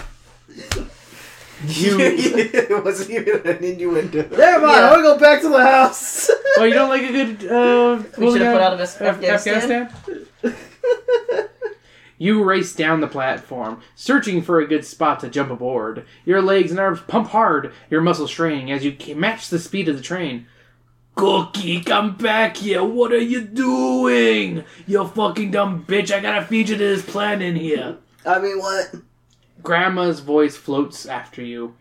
You, it wasn't even an innuendo. never mind. Yeah. I want to go back to the house. Oh, you don't like a good. Uh, We should have put out of Af- this Afghanistan. you race down the platform, searching for a good spot to jump aboard. Your legs and arms pump hard, your muscles straining as you ca- match the speed of the train. Cookie, come back here! What are you doing? You fucking dumb bitch! I gotta feed you to this plant in here. I mean, what? Grandma's voice floats after you.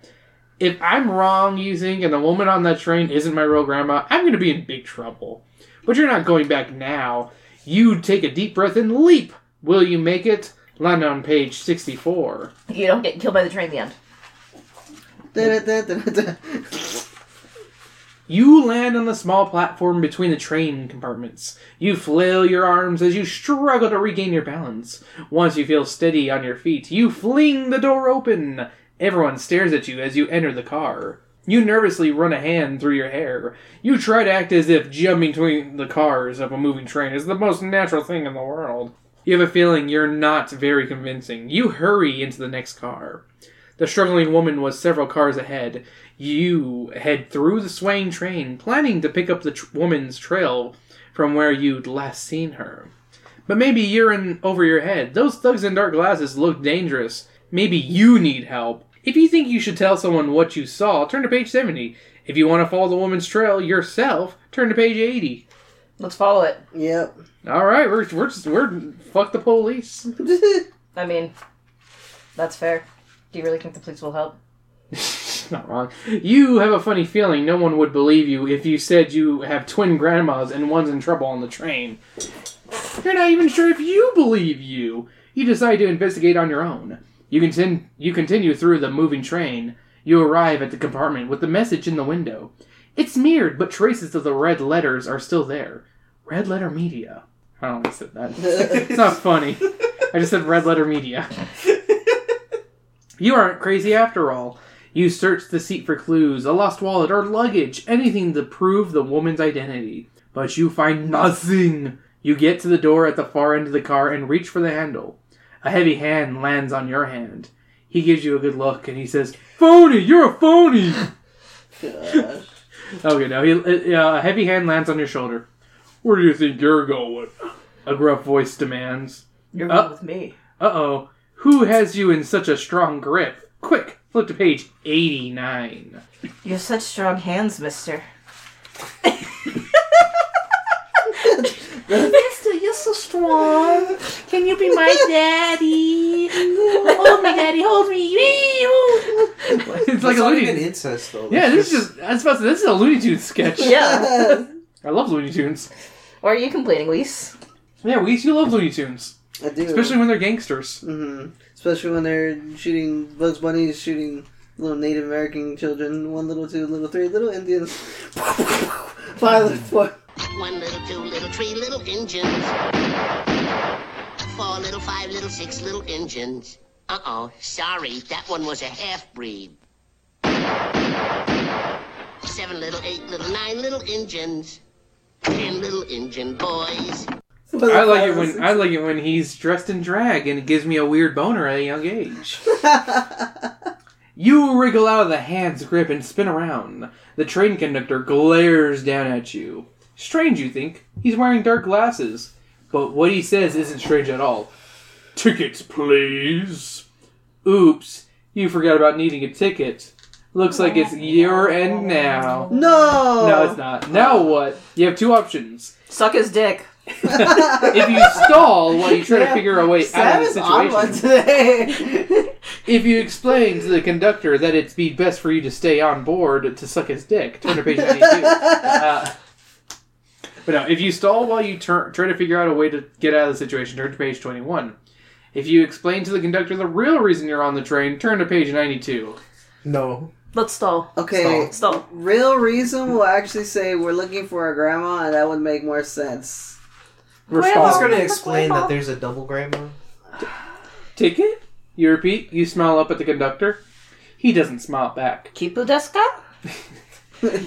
If I'm wrong, you think, and the woman on that train isn't my real grandma, I'm going to be in big trouble. But you're not going back now. You take a deep breath and leap. Will you make it? Land on page 64. You don't get killed by the train. in The end. Da-da-da-da-da. You land on the small platform between the train compartments. You flail your arms as you struggle to regain your balance. Once you feel steady on your feet, you fling the door open. Everyone stares at you as you enter the car. You nervously run a hand through your hair. You try to act as if jumping between the cars of a moving train is the most natural thing in the world. You have a feeling you're not very convincing. You hurry into the next car. The struggling woman was several cars ahead. You head through the swaying train, planning to pick up the tr- woman's trail from where you'd last seen her. But maybe you're in over your head. Those thugs in dark glasses look dangerous. Maybe you need help. If you think you should tell someone what you saw, turn to page 70. If you want to follow the woman's trail yourself, turn to page 80. Let's follow it. yep. All right, we're we're just, we're fuck the police. I mean, that's fair. Do you really think the police will help? not wrong. You have a funny feeling no one would believe you if you said you have twin grandmas and one's in trouble on the train. You're not even sure if you believe you. You decide to investigate on your own. You continue, you continue through the moving train. You arrive at the compartment with the message in the window. It's mirrored, but traces of the red letters are still there. Red letter media. I don't know why I said that. it's not funny. I just said red letter media. You aren't crazy after all. You search the seat for clues, a lost wallet, or luggage, anything to prove the woman's identity. But you find nothing. You get to the door at the far end of the car and reach for the handle. A heavy hand lands on your hand. He gives you a good look and he says, "Phony, you're a phony." Gosh. Okay, no, he, uh, a heavy hand lands on your shoulder. Where do you think you're going? A gruff voice demands. You're Uh, going with me. Uh oh, who has you in such a strong grip? Quick, flip to page 89. You have such strong hands, mister. Mister, you're so strong. Can you be my daddy? Hold me, daddy, hold me. It's like Like it's a not Looney even incest though. Yeah, That's this is just, I was about to say, this is a Looney Tunes sketch. yeah. I love Looney Tunes. Why are you complaining, Lise? Yeah, we used to love Looney Tunes, I do. especially when they're gangsters. hmm Especially when they're shooting Bugs Bunny is shooting little Native American children, one little, two little, three little Indians, five little four. One little, two little, three little engines. Four little, five little, six little engines. Uh oh, sorry, that one was a half breed. Seven little, eight little, nine little engines. Ten little engine boys. I like it when I like it when he's dressed in drag and it gives me a weird boner at a young age. You wriggle out of the hand's grip and spin around. The train conductor glares down at you. Strange, you think. He's wearing dark glasses. But what he says isn't strange at all. Tickets, please. Oops, you forgot about needing a ticket. Looks like it's your end now. no, No, it's not. Now what? You have two options. Suck his dick. If you stall while you try to figure a way out Sam of is the on one situation, today. if you explain to the conductor that it'd be best for you to stay on board to suck his dick, turn to page 92. Uh, but no, if you stall while you turn, try to figure out a way to get out of the situation, turn to page 21. If you explain to the conductor the real reason you're on the train, turn to page 92. no. Let's stall. okay, Stall. real reason will actually say we're looking for our grandma, and that would make more sense. I was Response. gonna explain that there's a double grammar. Ticket? You repeat. You smile up at the conductor. He doesn't smile back. Kipu desu ka?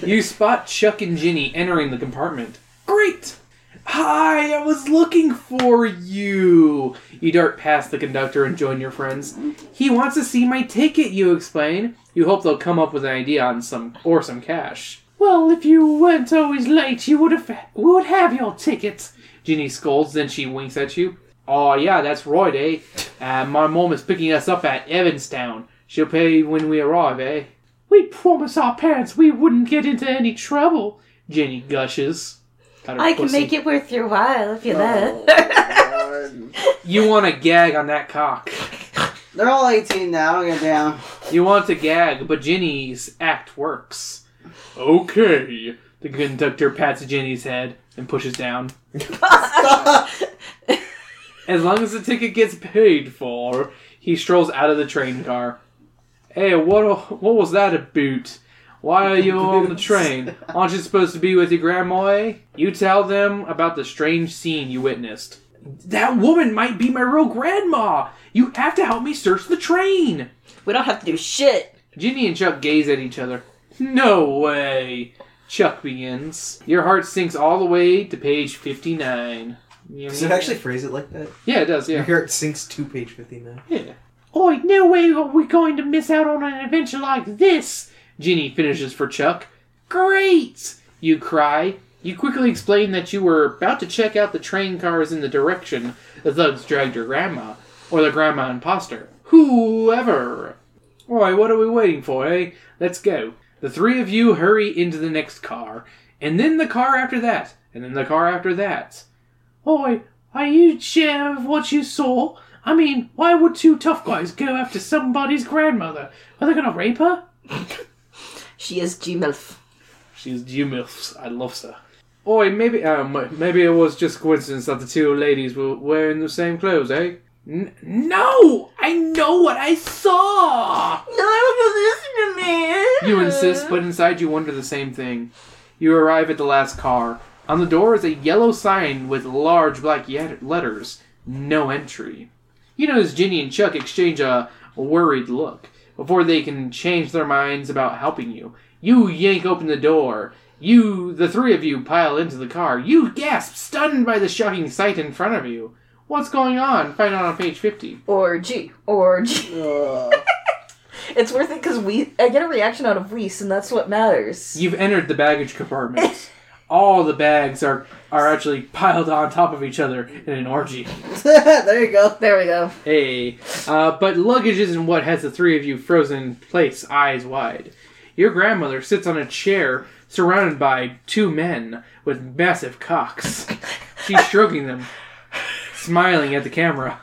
You spot Chuck and Ginny entering the compartment. Great! Hi, I was looking for you! You dart past the conductor and join your friends. He wants to see my ticket, you explain. You hope they'll come up with an idea on some or some cash. Well, if you weren't always late, you would have would have your ticket. Ginny scolds, then she winks at you. Oh yeah, that's right, eh? Uh, my mom is picking us up at Evanstown. She'll pay when we arrive, eh? We promise our parents we wouldn't get into any trouble. Jenny gushes. I can make it worth your while if you Lord. You want to gag on that cock. They're all 18 now. Get down. You want to gag, but Jenny's act works. Okay. The conductor pats Jenny's head and pushes down. let. As long as the ticket gets paid for, he strolls out of the train car. Hey, what what was that about? Why are you on the train? Aren't you supposed to be with your grandma? eh? You tell them about the strange scene you witnessed. That woman might be my real grandma. You have to help me search the train. we don't have to do shit. Ginny and Chuck gaze at each other. No way. Chuck begins. Your heart sinks all the way to page 59. Does it actually phrase it like that? Yeah, it does, yeah. Your heart sinks to page fifty nine. Yeah. Oi, no way are we going to miss out on an adventure like this! Ginny finishes for Chuck. Great! You cry. You quickly explain that you were about to check out the train cars in the direction the thugs dragged your grandma, or the grandma imposter. Whoever! Oi, what are we waiting for, eh? Let's go. The three of you hurry into the next car, and then the car after that, and then the car after that. Oi, are you sure of what you saw? I mean, why would two tough guys go after somebody's grandmother? Are they gonna rape her? She is Gmilf. She's Gmilfs. I love her. Oi, maybe um, maybe it was just coincidence that the two ladies were wearing the same clothes, eh? N- no! I know what I saw! No, I won't listen to me. You insist, but inside you wonder the same thing. You arrive at the last car. On the door is a yellow sign with large black yet- letters No Entry. You notice Ginny and Chuck exchange a worried look before they can change their minds about helping you. You yank open the door, You, the three of you, pile into the car. You gasp, stunned by the shocking sight in front of you. What's going on? Find out on page 50. Or G. Or G. Uh, It's worth it because we I get a reaction out of Weiss, and that's what matters. You've entered the baggage compartment. All the bags are, are actually piled on top of each other in an orgy. there you go. There we go. Hey, uh, but luggage isn't what has the three of you frozen in place, eyes wide. Your grandmother sits on a chair surrounded by two men with massive cocks. She's stroking them, smiling at the camera.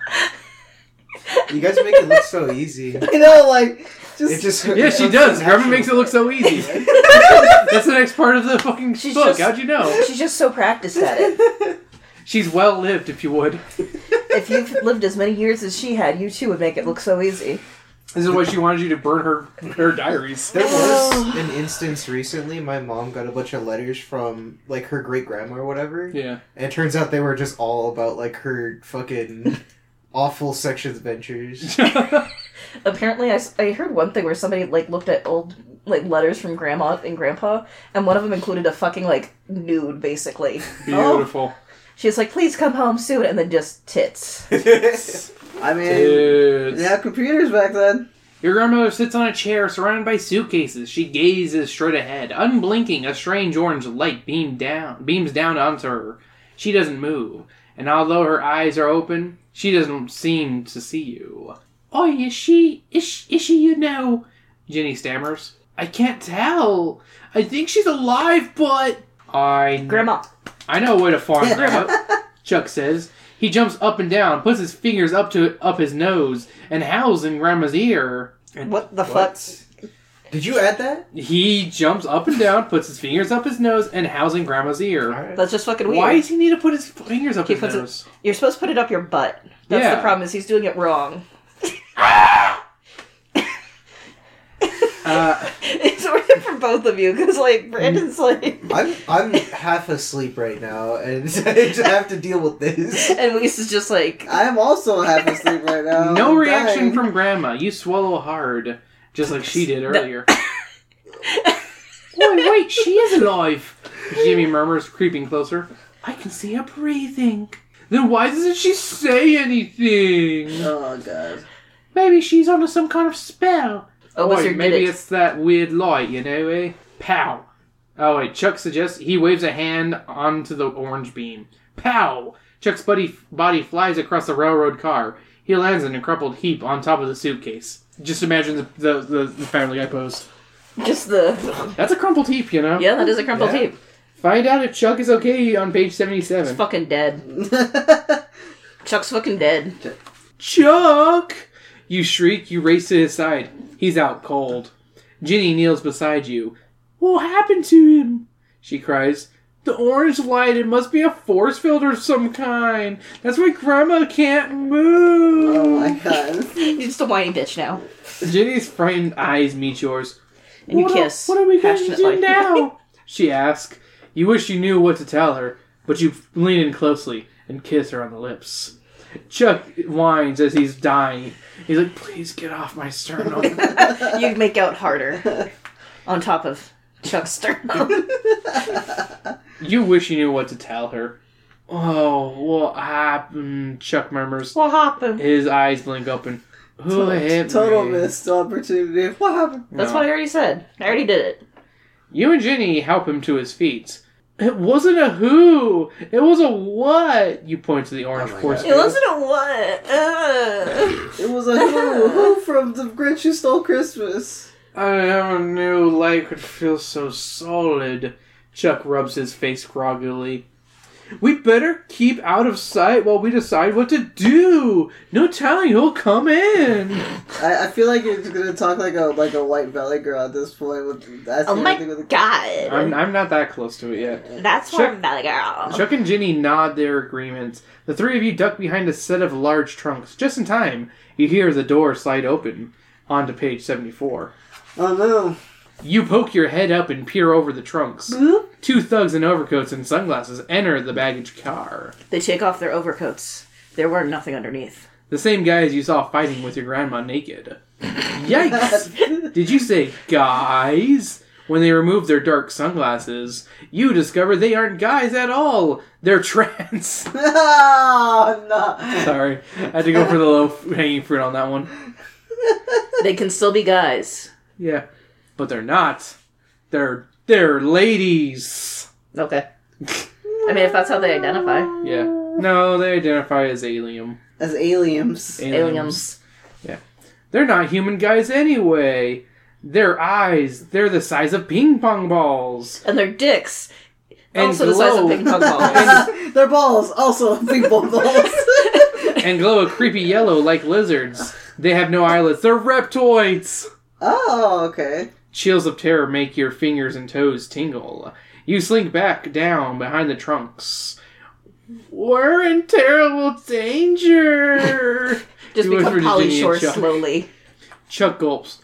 You guys make it look so easy. You know, like It just, just Yeah, she does. Grandma makes it look so easy. That's the next part of the fucking She's book. just- How'd you know? She's just so practiced at it. She's well lived, if you would. If you've lived as many years as she had, you too would make it look so easy. This is why she wanted you to burn her her diaries. There was an instance recently. My mom got a bunch of letters from like her great grandma or whatever, Yeah. and it turns out they were just all about like her fucking awful sex adventures. Apparently, I, s- I heard one thing where somebody like looked at old like letters from grandma and grandpa, and one of them included a fucking like nude, basically. Oh. Beautiful. She's like, "Please come home soon," and then just tits. I mean, Dudes. they had computers back then. Your grandmother sits on a chair surrounded by suitcases. She gazes straight ahead, unblinking. A strange orange light beamed down, beams down onto her. She doesn't move, and although her eyes are open, she doesn't seem to see you. Oh, is she? Is she, is she you know? Jenny stammers. I can't tell. I think she's alive, but I Grandma, I know a way to farm grandma. Chuck says. He jumps up and down, puts his fingers up to up his nose, and howls in Grandma's ear. And What the fuck? What? Did you e-, add that? He jumps up and down, puts his fingers up his nose, and howls in Grandma's ear. Alright. that's just fucking weird. Why does he need to put his fingers up He his puts it- nose? You're supposed to put it up your butt. That's Yeah. the problem. Is he's doing it wrong. Uh, it's worth it for both of you because like Brandon's like, I'm I'm half asleep right now, and I just have to deal with this. and Luis is just like, I am also half asleep right now. no Oh, I'm reaction dying. from Grandma. You swallow hard, just like she did earlier. Wait, wait, she is alive. Jimmy murmurs, creeping closer. I can see her breathing. Then why doesn't she say anything? Oh god. Maybe she's under some kind of spell. "Oh, Or wizard maybe did it." it's that weird light, you know, eh? Pow. Oh, wait, Chuck suggests he waves a hand onto the orange beam. Pow! Chuck's buddy, body flies across the railroad car. He lands in a crumpled heap on top of the suitcase. Just imagine the, the, the, the family guy pose. Just the That's a crumpled heap, you know? yeah, that is a crumpled Yeah. tape. Find out if Chuck is okay on page It's 77. fucking dead. Chuck's fucking dead. Chuck! You shriek, you race to his side. He's out cold. Ginny kneels beside you. What happened to him? She cries. The orange light, it must be a force field of some kind. That's why Grandma can't move. Oh my god. You're just a whiny bitch now. Ginny's frightened eyes meet yours. And you what kiss. Are, what are we going to do passionately. now? she asks. You wish you knew what to tell her, but you lean in closely and kiss her on the lips. Chuck whines as he's dying. He's like, "Please get off my sternum." you make out harder on top of Chuck's sternum. you wish you knew what to tell her. Oh, what happened? Chuck murmurs. what happened? His eyes blink open. Who hit Total me? missed opportunity. What happened? That's No. what I already said. I already did it. You and Ginny help him to his feet. It wasn't a who. It was a what. You point to the orange Oh my force God. field. It wasn't a what. Uh. It was a who, who from the Grinch Who Stole Christmas. I never knew light could feel so solid. Chuck rubs his face groggily. We better keep out of sight while we decide what to do. No telling who'll come in. I, I feel like you're gonna talk like a like a white valley girl at this point. With that's Oh the my only thing with the- god. I'm, I'm not that close to it yet. That's Chuck- where I'm about to go. Chuck and Ginny nod their agreement. The three of you duck behind a set of large trunks. Just in time, you hear the door slide open onto page 74. Oh no! You poke your head up and peer over the trunks. Two thugs in overcoats and sunglasses enter the baggage car. They take off their overcoats. There were nothing underneath. The same guys you saw fighting with your grandma naked. Yikes! Did you say guys? When they remove their dark sunglasses, you discover they aren't guys at all. They're trans. oh, no. Sorry, I had to go for the low hanging fruit on that one. They can still be guys. Yeah, but they're not. They're they're ladies. Okay. I mean, if that's how they identify. Yeah. No, they identify as alien. As aliens. Aliens. They're not human guys anyway. Their eyes, they're the size of ping pong balls. And their dicks. And also the size of glow. ping pong balls. Their balls, also big ball balls. and glow a creepy yellow like lizards. They have no eyelids. They're reptoids. oh, okay. Chills of terror make your fingers and toes tingle. You slink back down behind the trunks. We're in terrible danger. Just You went become for Polly Virginia Shore Chuck. slowly. Chuck gulps.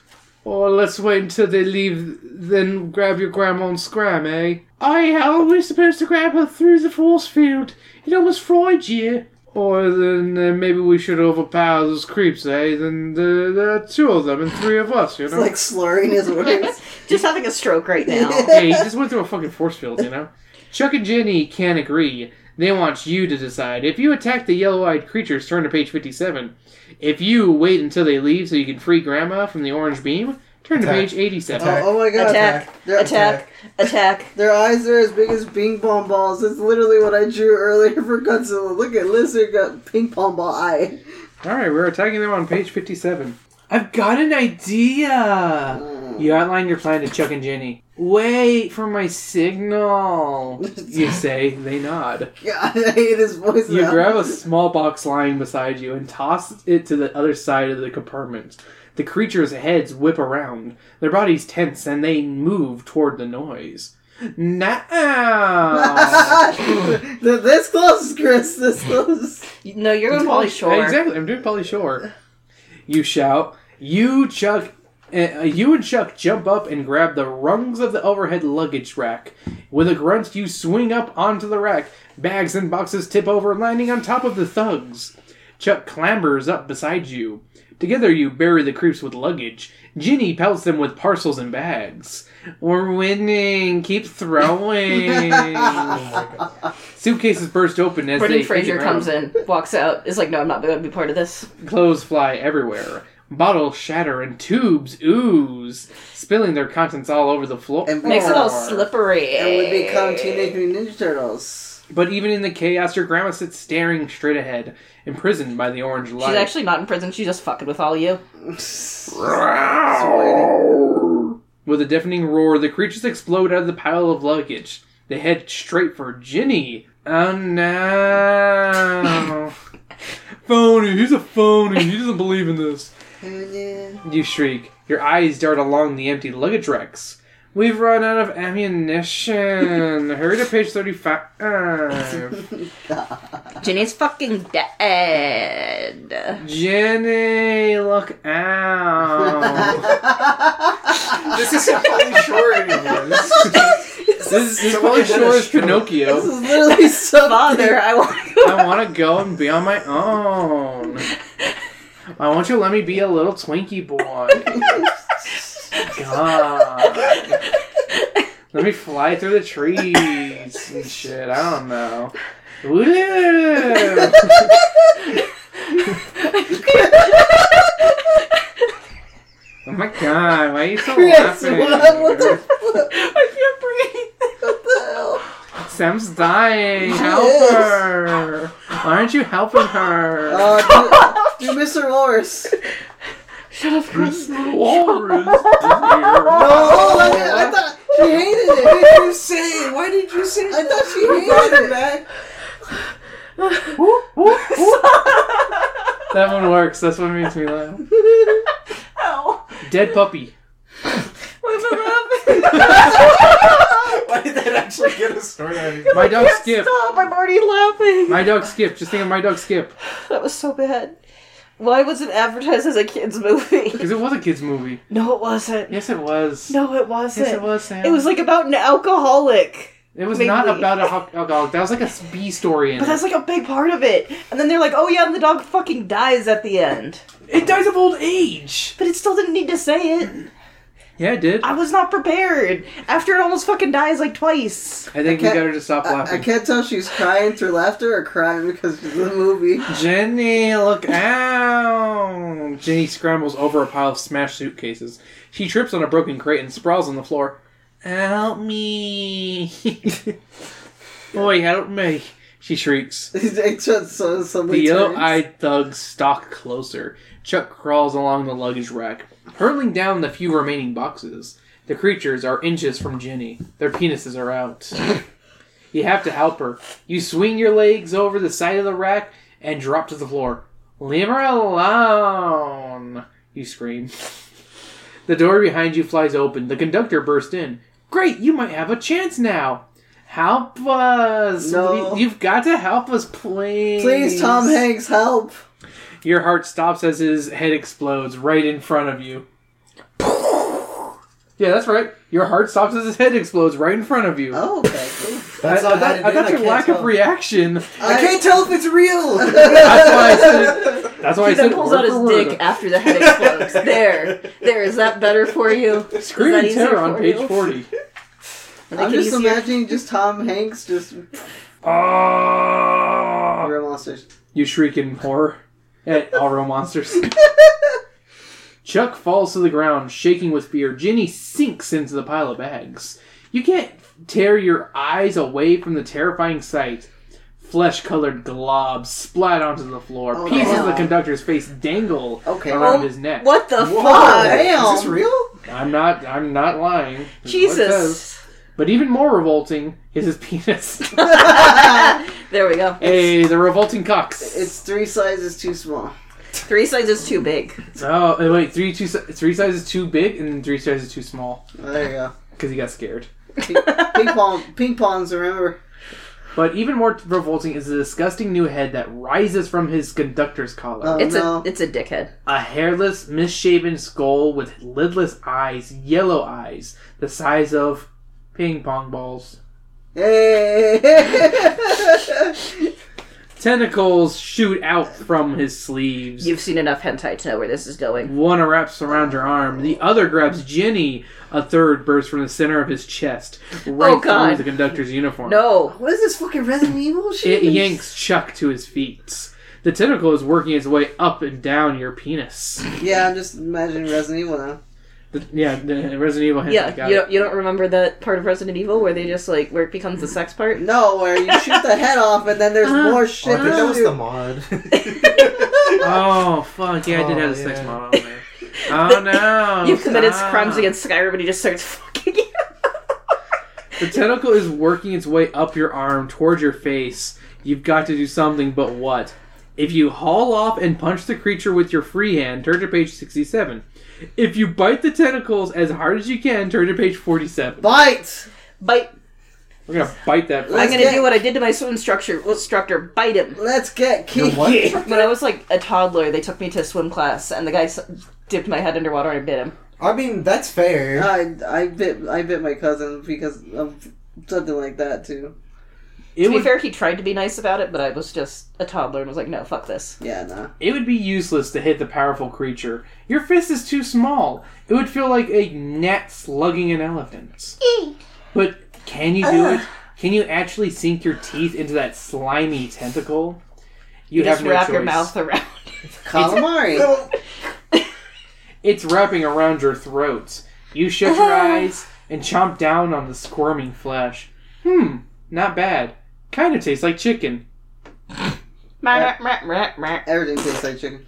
Oh, let's wait until they leave, then grab your grandma and scram, eh? Aye, how are we supposed to grab her through the force field? It almost fried you. Or then uh, maybe we should overpower those creeps, eh? Then the, there are two of them and three of us, you It's know? like slurring his words. Just having a stroke right now. hey, he just went through a fucking force field, you know? Chuck and Jenny can't agree. They want you to decide. If you attack the yellow eyed creatures, turn to page 57. If you wait until they leave so you can free Grandma from the orange beam, turn to Attack. page 87. Oh, oh my god. Attack. Their, Attack. Attack. Their eyes are as big as ping pong balls. It's literally what I drew earlier for Godzilla. Look at Lizard got ping pong ball eye. All right, we're attacking them on page 57. I've got an idea. You outline your plan to Chuck and Jenny. Wait for my signal. You say, they nod. God, I hate his voice You now. grab a small box lying beside you and toss it to the other side of the compartment. The creatures' heads whip around, their bodies tense, and they move toward the noise. Now! Th- this close, Chris. This close. No, you're going Polly Shore. Exactly. I'm doing Polly Shore. You shout. You Chuck. Uh, you and Chuck jump up and grab the rungs of the overhead luggage rack. With a grunt, you swing up onto the rack. Bags and boxes tip over, landing on top of the thugs. Chuck clambers up beside you. Together, you bury the creeps with luggage. Ginny pelts them with parcels and bags. We're winning. Keep throwing. Suitcases burst open as Brendan they Fraser kick around. comes in, walks out, is like, no, I'm not going to be part of this. Clothes fly everywhere. Bottles shatter and tubes ooze, spilling their contents all over the floor. And Makes it all Roar. slippery. And we become Teenage Mutant Ninja Turtles. But even in the chaos, your grandma sits staring straight ahead, imprisoned by the orange light. She's actually not in prison. She's just fucking with all you. With a deafening roar, the creatures explode out of the pile of luggage. They head straight for Ginny. Oh no! phony, he's a phony. He doesn't believe in this. You shriek. Your eyes dart along the empty luggage racks. We've run out of ammunition. Hurry to page 35. Ginny's fucking dead. Jenny, look out. This isn't Polly Shore anymore. This is this is Someone Polly did a Shore's stroke. This Pinocchio. is literally so Father, I want. I want to go and be on my own. I want you to let me be a little Twinkie boy. God. Let me fly through the trees and shit. I don't know. Woo! oh my god, why are you so Chris, laughing? what, what the I can't breathe. what the hell? Sam's dying. Help Yes. her. Why aren't you helping her? Uh, do, do Mr. Morris. Shut up, Chris. Walrus is Oh, I, I thought she hated it. you say? Why did you say I thought she hated it, man. here. That one works. That's what makes me laugh. Ow. Dead puppy. What the hell? Why did that actually get a story out of My dog Skip. Stop, I'm already laughing. My dog Skip. Just think of my dog Skip. That was so bad. Why was it advertised as a kids' movie? Because it was a kids' movie. No, it wasn't. Yes, it was. No, it wasn't. Yes, it was, Sam. It was like about an alcoholic. It was not Maybe. about a ho- alcoholic. That was like a B story in But that's it. like a big part of it. And then they're like, oh yeah, and the dog fucking dies at the end. It dies of old age. But it still didn't need to say it. Yeah, it did. I was not prepared. After it almost fucking dies like twice. I think we can't- got her to stop I, I laughing. can't tell if she's crying through laughter or crying because of the movie. Jenny, look out! Jenny scrambles over a pile of smashed suitcases. She trips on a broken crate and sprawls on the floor. Help me! Boy, help me! She shrieks. It's just so, The somebody yellow turns. eyed thugs stalk closer. Chuck crawls along the luggage rack, hurling down the few remaining boxes. The creatures are inches from Jenny. Their penises are out. you have to help her. You swing your legs over the side of the rack and drop to the floor. Leave her alone! You scream. The door behind you flies open. The conductor bursts in. Great, you might have a chance now. Help us! No. We- You've got to help us, please. Please, Tom Hanks, help! Your heart stops as his head explodes right in front of you. Yeah, that's right. Your heart stops as his head explodes right in front of you. Oh, okay. cool. That's I, not I thought, added I in, thought your can't lack tell. of reaction. I can't tell if it's That's real. why I said. It, that's why I He said. then pulls word out his for word. dick after the head explodes. there, there. Is that better for you? Scream Is that and terror easier on for page you? forty. Make I'm it just easier. imagining just Tom Hanks just Ah! real monsters. You shriek in horror at all real monsters. Chuck falls to the ground, shaking with fear. Ginny sinks into the pile of bags. You can't tear your eyes away from the terrifying sight. Flesh colored globs splat onto the floor. Oh, Pieces of the damn. conductor's face dangle Okay. around Oh, his neck. What the Whoa, fuck? damn. Is this real? I'm not I'm not lying. This is what it says. Jesus. But even more revolting is his penis. There we go. hey, the revolting cocks. It's three sizes too small. Three sizes too big. Oh uh, wait, three two si- three sizes too big and three sizes too small There you go. because he got scared. Ping pong, ping pongs. Remember? But even more revolting is the disgusting new head that rises from his conductor's collar. Oh, It's no. a it's a dickhead. A hairless, misshapen skull with lidless eyes, yellow eyes, the size of ping pong balls. Hey! Tentacles shoot out from his sleeves. You've seen enough hentai to know where this is going. One wraps around her arm, the other grabs Ginny. A third bursts from the center of his chest, right Oh, God. through the conductor's uniform. No. what is this fucking Resident Evil shit? It yanks Chuck to his feet. The tentacle is working its way up and down your penis. Yeah, I'm just imagining Resident Evil now. The- yeah, the Resident Evil hand. Yeah, got you it. don't, you don't remember that part of Resident Evil where they just like where it becomes the sex part? No, where you shoot the head off and then there's Oh, more I shit. think that to was the do. mod. Oh fuck! Yeah, I did Oh, have a sex yeah. mod on there. Oh no! You've committed stop. crimes against Skyrim and he just starts fucking you. The tentacle is working its way up your arm towards your face. You've got to do something, but what? If you haul off and punch the creature with your free hand, turn to page sixty-seven. If you bite the tentacles as hard as you can, turn to page forty-seven. Bite! Bite. We're gonna bite that. I'm Let's gonna get- do what I did to my swim instructor. Instructor, bite him. Let's get Your what? kinky. When I was like a toddler, they took me to swim class, and the guy s- dipped my head underwater and bit him. I mean, that's fair. I, I bit I bit my cousin because of something like that too. It to be would fair, he tried to be nice about it, but I was just a toddler and was like, no, fuck this. Yeah, nah. It would be useless to hit the powerful creature. Your fist is too small. It would feel like a gnat slugging an elephant. But can you do it? Can you actually sink your teeth into that slimy tentacle? You, You have just no wrap choice. your mouth around. Calamari. It's wrapping around your throat. You shut your eyes and chomp down on the squirming flesh. Hmm, not bad. Kind of tastes like chicken. Everything tastes like chicken.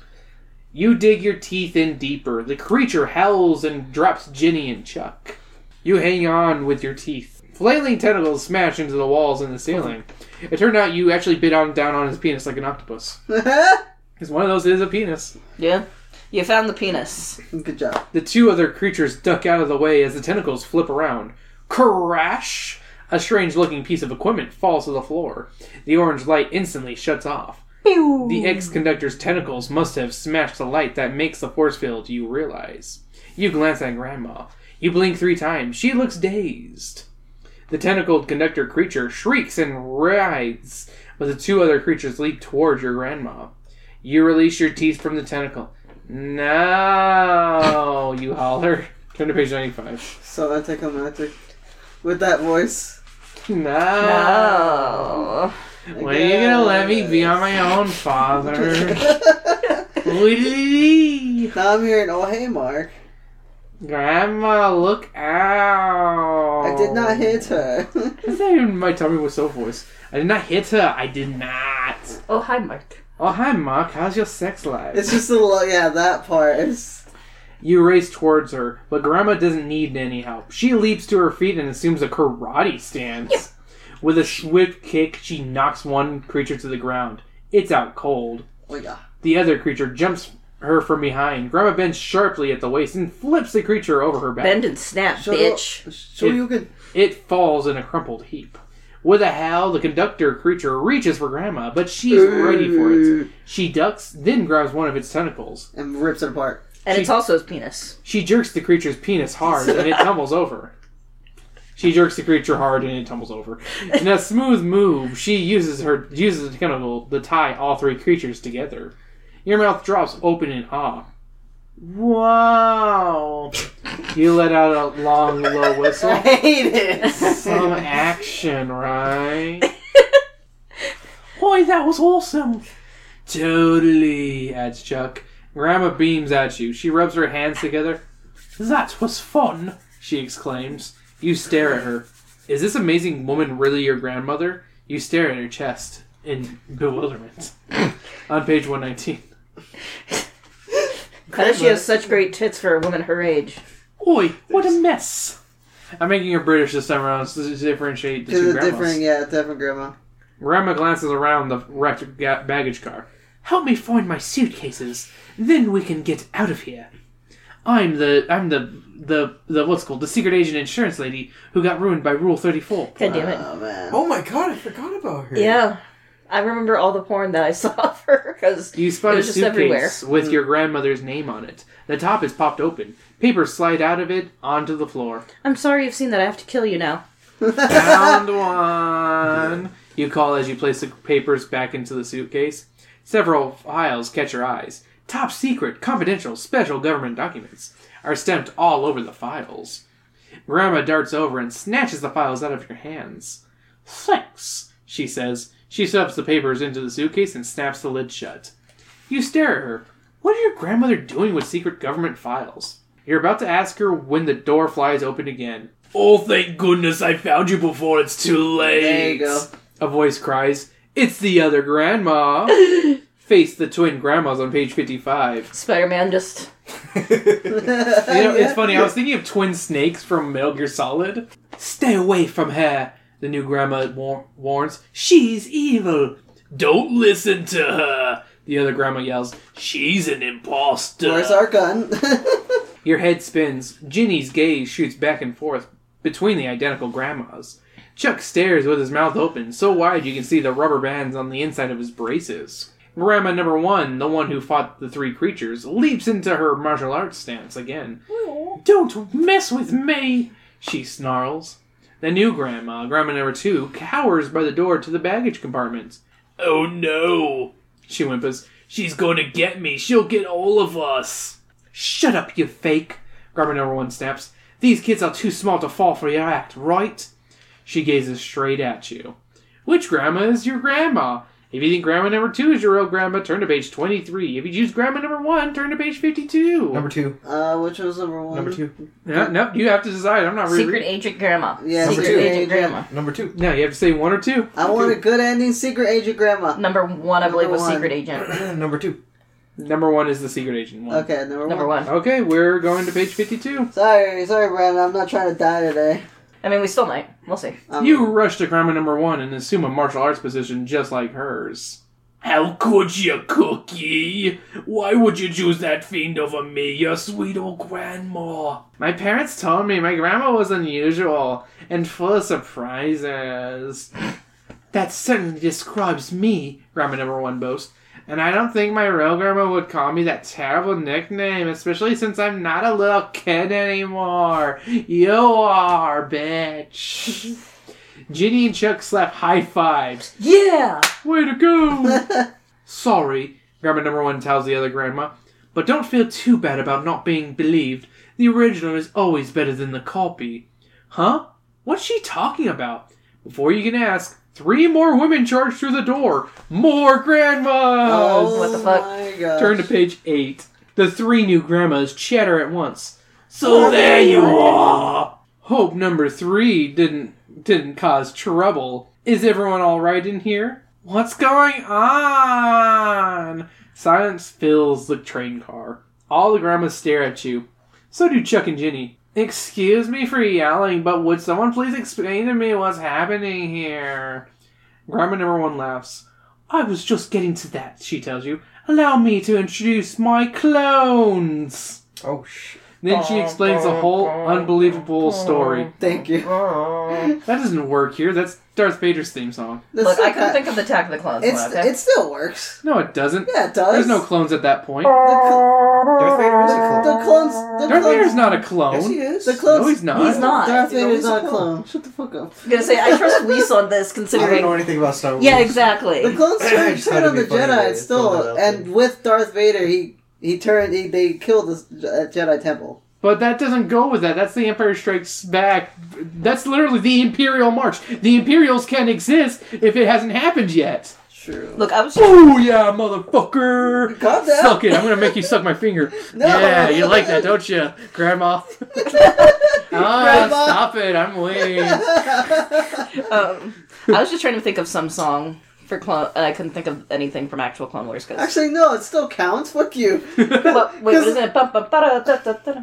You dig your teeth in deeper. The creature howls and drops Ginny and Chuck. You hang on with your teeth. Flailing tentacles smash into the walls and the ceiling. It turned out you actually bit on down on his penis like an octopus. Because one of those is a penis. yeah. You found the penis. Good job. The two other creatures duck out of the way as the tentacles flip around. Crash! A strange looking piece of equipment falls to the floor. The orange light instantly shuts off. The ex conductor's tentacles must have smashed the light that makes the force field, you realize. You glance at Grandma. You blink three times. She looks dazed. The tentacled conductor creature shrieks and writhes, but the two other creatures leap towards your grandma. You release your teeth from the tentacle. No, you holler. Turn to page 95. So that take a magic with that voice. No. No. When are you gonna let me be on my own, father? Willie! Now I'm hearing, oh hey Mark, Grandma, look out! I did Oh. not hit her. That's not even my Tommy Wiseau voice. I did not hit her. I did not. Oh, hi, Mark. Oh, hi, Mark. How's your sex life? it's just a little, yeah, that part. It's, You race towards her, but Grandma doesn't need any help. She leaps to her feet and assumes a karate stance. With a swift kick, she knocks one creature to the ground. It's out cold. oh yeah. The other creature jumps her from behind. Grandma bends sharply at the waist and flips the creature over her back. Bend and snap, bitch. So you can. It falls in a crumpled heap. With a howl, the conductor creature reaches for Grandma, but she's ready for it. She ducks, then grabs one of its tentacles. And rips it apart. And it's She- also his penis. She jerks the creature's penis hard and it tumbles over. She jerks the creature hard and it tumbles over. In a smooth move, she uses her uses the chemical to tie all three creatures together. Your mouth drops open in awe. Wow! You let out a long, low whistle. hate it. Some action, right? Boy, that was awesome. Totally, adds Chuck. Grandma beams at you. She rubs her hands together. That was fun, she exclaims. You stare at her. Is this amazing woman really your grandmother? You stare at her chest in bewilderment. On page 119. How does she have such great tits for a woman her age? Oi, what a mess! I'm making her British this time around so to differentiate the Because two it's grandmas. different, yeah, different grandma. Grandma glances around the wrecked ga- baggage car. Help me find my suitcases. Then we can get out of here. I'm the I'm the the the what's it called the secret agent insurance lady who got ruined by Rule Thirty Four. God damn it. Oh man. Oh my god, I forgot about her. yeah. I remember all the porn that I saw of her because You spot It a was just suitcase everywhere. Mm. with your grandmother's name on it. The top is popped open. Papers slide out of it onto the floor. I'm sorry you've seen that. I have to kill you now. Found one. You call as you place the papers back into the suitcase. Several files catch your eyes. Top secret, confidential, special government documents are stamped all over the files. Grandma darts over and snatches the files out of your hands. Thanks, she says. She stuffs the papers into the suitcase and snaps the lid shut. You stare at her. What are your grandmother doing with secret government files? You're about to ask her when the door flies open again. Oh, thank goodness I found you before it's too late. There you go. A voice cries, It's the other grandma. Face the twin grandmas on page 55. Spider Man just. You know, it's funny, I was thinking of twin snakes from Metal Gear Solid. Stay away from her, the new grandma war- warns. She's evil. Don't listen to her, the other grandma yells. She's an imposter. Where's our gun? Your head spins. Ginny's gaze shoots back and forth between the identical grandmas. Chuck stares with his mouth open, so wide you can see the rubber bands on the inside of his braces. Grandma number one, the one who fought the three creatures, leaps into her martial arts stance again. Don't mess with me, she snarls. The new grandma, grandma number two, cowers by the door to the baggage compartment. Oh no, she whimpers. She's going to get me. She'll get all of us. Shut up, you fake! Grandma number one snaps. These kids are too small to fall for your act, right? She gazes straight at you. Which grandma is your grandma? If you think grandma number two is your real grandma, turn to page 23. If you choose grandma number one, turn to page 52. Number two. uh, which was number one? Number two. no, no, you have to decide. I'm not really. Secret Agent Grandma. Yeah, Secret Secret Agent Agent. Grandma. Number two. No, you have to say one or two. I want a good ending, secret agent grandma. Number one, I believe, was Number Secret one. Agent. Number two. Number one is the secret agent one. Okay, number, Number one. Okay, we're going to page 52. Sorry, sorry, Brandon. I'm not trying to die today. I mean, we still might. We'll see. Um, You rush to grandma number one and assume a martial arts position just like hers. How could you, Cookie? Why would you choose that fiend over me, your sweet old grandma? My parents told me my grandma was unusual and full of surprises. that certainly describes me, grandma number one boasts. And I don't think my real grandma would call me that terrible nickname, especially since I'm not a little kid anymore. You are, bitch. Ginny and Chuck slap high fives. Yeah! Way to go! Sorry, grandma number one tells the other grandma. But don't feel too bad about not being believed. The original is always better than the copy. Huh? What's she talking about? Before you can ask, three more women charge through the door. More grandmas! what the fuck? oh my gosh. Turn to page eight. The three new grandmas chatter at once. So there you are. Hope number three didn't didn't cause trouble. Is everyone all right in here? What's going on? Silence fills the train car. All the grandmas stare at you. So do Chuck and Jenny. Excuse me for yelling, but would someone please explain to me what's happening here? Grandma number one laughs. I was just getting to that, she tells you. Allow me to introduce my clones. Oh shit. Then she explains the whole unbelievable story. Thank you. Look, That doesn't work here. That's Darth Vader's theme song. This Oh. I like couldn't a- think of the Attack of the Clones it's one, okay? it still works. No, it doesn't. Yeah, it does. There's no clones at that point. The cl- Darth Vader is a the, clone. the clones. The Darth clones. Vader's not a Yes, he clone. is. The clones. No, he's not. He's not. Darth He's always Vader's not a a clone. Shut the fuck up. I'm gonna say I trust Weiss on this, I don't considering. know anything about Star Wars. yeah, exactly. The clones I turned just thought turn on the it'd be funny Jedi to and throw that still, out and there. with Darth Vader, he he turned. He, they killed the Je- uh, Jedi Temple. But that doesn't go with that. That's the Empire Strikes Back. That's literally the Imperial March. The Imperials can't exist if it hasn't happened yet. True. Look, I was Oh yeah, motherfucker! Calm down. Suck it! I'm gonna make you suck my finger. No. Yeah, you like that, don't you, Grandma? ah, Grandma. stop it! I'm waiting. um, I was just trying to think of some song for Clone. And I couldn't think of anything from actual Clone Wars because. Actually, no, it still counts. Fuck you. Wait, what is it? Bum, bum, ba-da, da, da, da, da.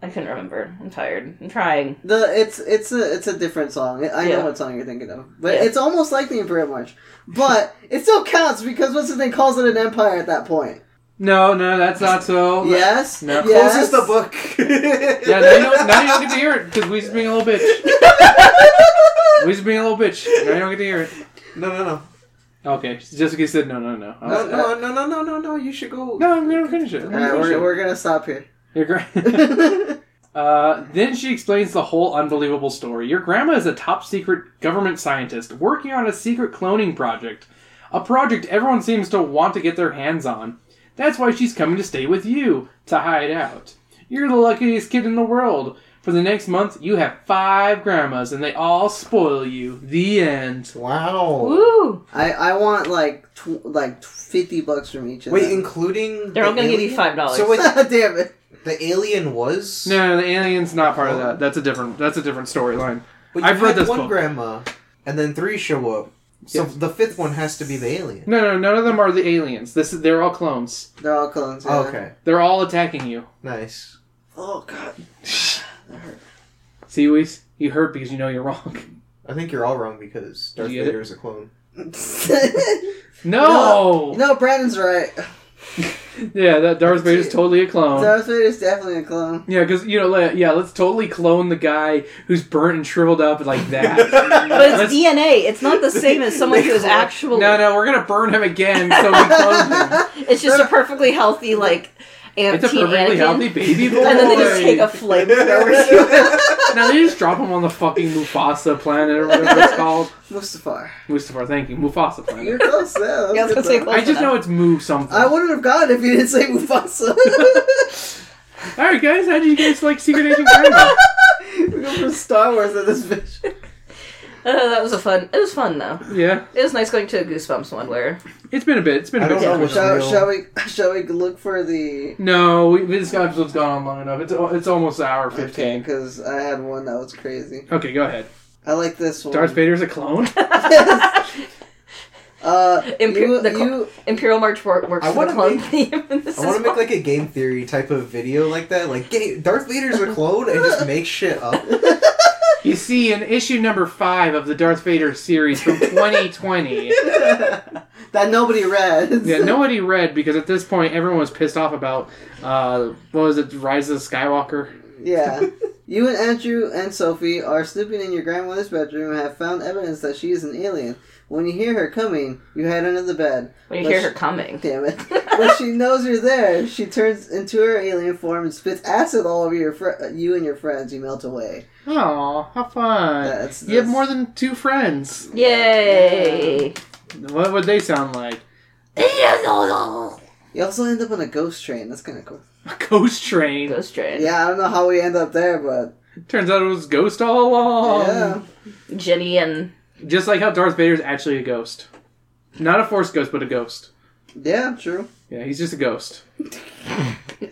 I couldn't remember. I'm tired. I'm trying. The it's it's a it's a different song. I I Yeah. know what song you're thinking of, but Yeah. it's almost like the Imperial March, but it still counts because what's his name calls it an empire at that point. No, no, that's not so. Yes. No. Yes. Closes Oh, the book. Yeah, now you don't, now you don't get to hear it because Weezy's being a little bitch. Weezy's being a little bitch. Now you don't get to hear it. No, no, no. Okay, Jessica said no, no, no. I No, was- no, no, no, no, no, no. You should go. No, I'm gonna finish it. I'm All gonna right, finish we're, it. we're gonna stop here. Your gra- Uh, then she explains the whole unbelievable story. Your grandma is a top secret government scientist working on a secret cloning project. A project everyone seems to want to get their hands on. That's why she's coming to stay with you, to hide out. You're the luckiest kid in the world. For the next month, you have five grandmas, and they all spoil you. The end. Wow. Woo! I I want like tw- like fifty bucks from each. Of Wait, them. including. They're the all gonna give you alien? five dollars. So wait, damn it. the alien was. No, no, the alien's not part of that. That's a different. That's a different storyline. But I've you read had this one book. grandma, and then three show up. So Yes. the fifth one has to be the alien. No, no, none of them are the aliens. This, is- they're all clones. They're all clones. Oh, Yeah. Okay, They're all attacking you. nice. Oh god. See, Weiss, you hurt because you know you're wrong. I think you're all wrong because Darth You get Vader is a clone. No! No, Brandon's right. Yeah, that Darth Vader's totally a Um, clone. Darth Vader's definitely a clone. yeah, because, you know, like, yeah, let's totally clone the guy who's burnt and shriveled up like that. But it's Let's- DNA. It's not the same as someone who is actually. no, no, we're going to burn him again, so we clone him. It's just a perfectly healthy like. It's a teen perfectly Anakin. healthy baby boy. And then they just take a flamethrower. now they just drop him on the fucking Mufasa planet or whatever it's called. Mustafar. Mustafar, thank you. Mufasa You're planet. close though. Yeah, I was gonna say close. I just know it's Mu something. I wouldn't have gotten if you didn't say Mufasa. Alright, guys, how did you guys like Secret Agent Grandma? we go from Star Wars to this bitch. Uh, that was a fun. It was fun though. Yeah, It was nice going to a Goosebumps one where it's been a bit. It's been a I bit. don't know since what's Shall, real. shall we? Shall we look for the? No, we, this episode's gone on long enough. It's it's almost an hour fifteen. Because I had one that was crazy. Okay, go ahead. I like this one. Darth Vader's a clone. Uh, Imper- you, the cl- you- Imperial March wor- works I for the clone wanna make- theme. And this I want is to make why. like a game theory type of video like that, like "Ga- Darth Vader's a clone and just make shit up. you see, in issue number five of the Darth Vader series from 2020, that nobody read. yeah, nobody read because at this point everyone was pissed off about uh, what was it, Rise of the Skywalker. Yeah. You and Andrew and Sophie are sleeping in your grandmother's bedroom and have found evidence that she is an alien. When you hear her coming, you head under the bed. when you But hear she- her coming. Damn it. when she knows you're there, she turns into her alien form and spits acid all over your fr- you and your friends. You melt away. Oh, how fun! That's- You have that's- more than two friends. Yay! What would they sound like? You also end up on a ghost train. That's kind of cool. A ghost train. Ghost train. Yeah, I don't know how we end up there, but Turns out it was ghost all Um. along. yeah. Jenny and Just like how Darth Vader's actually a ghost. Not a force ghost, but a ghost. Yeah, true. Yeah, he's just a ghost.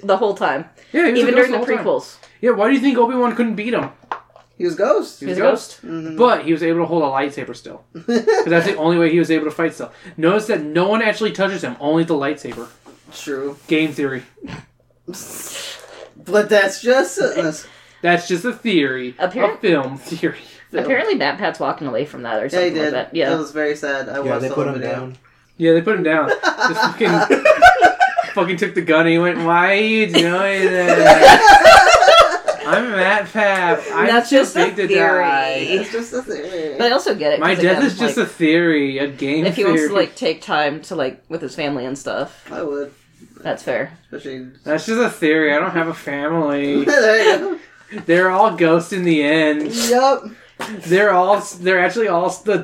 the whole time, Yeah, he was even a ghost during the, whole time. prequels, Yeah, why do you think Obi Wan couldn't beat him? He was ghost. He he's a ghost. But he was able to hold a lightsaber still. Because that's the only way he was able to fight still. Notice that no one actually touches him, only the lightsaber. True. Game theory. But that's just that's, That's just a theory. A Apparent- film theory. Apparently, Nat Pat's walking away from that or yeah, he something did. like that. Yeah, that was very sad. I Yeah, watched they the put whole him video. down. Yeah, they put him down. Just fucking, fucking took the gun and he went, Why are you doing that? I'm Matt Pap. I'm That's too just a big to theory. die. It's just a theory. but I also get it. My 'cause, death again, is just like, a theory, a game if he theory. wants to like take time to like with his family and stuff, I would, that's fair. especially. That's just a theory. I don't have a family. there you They're all ghosts in the end. go. Yup. They're all. They're actually all the.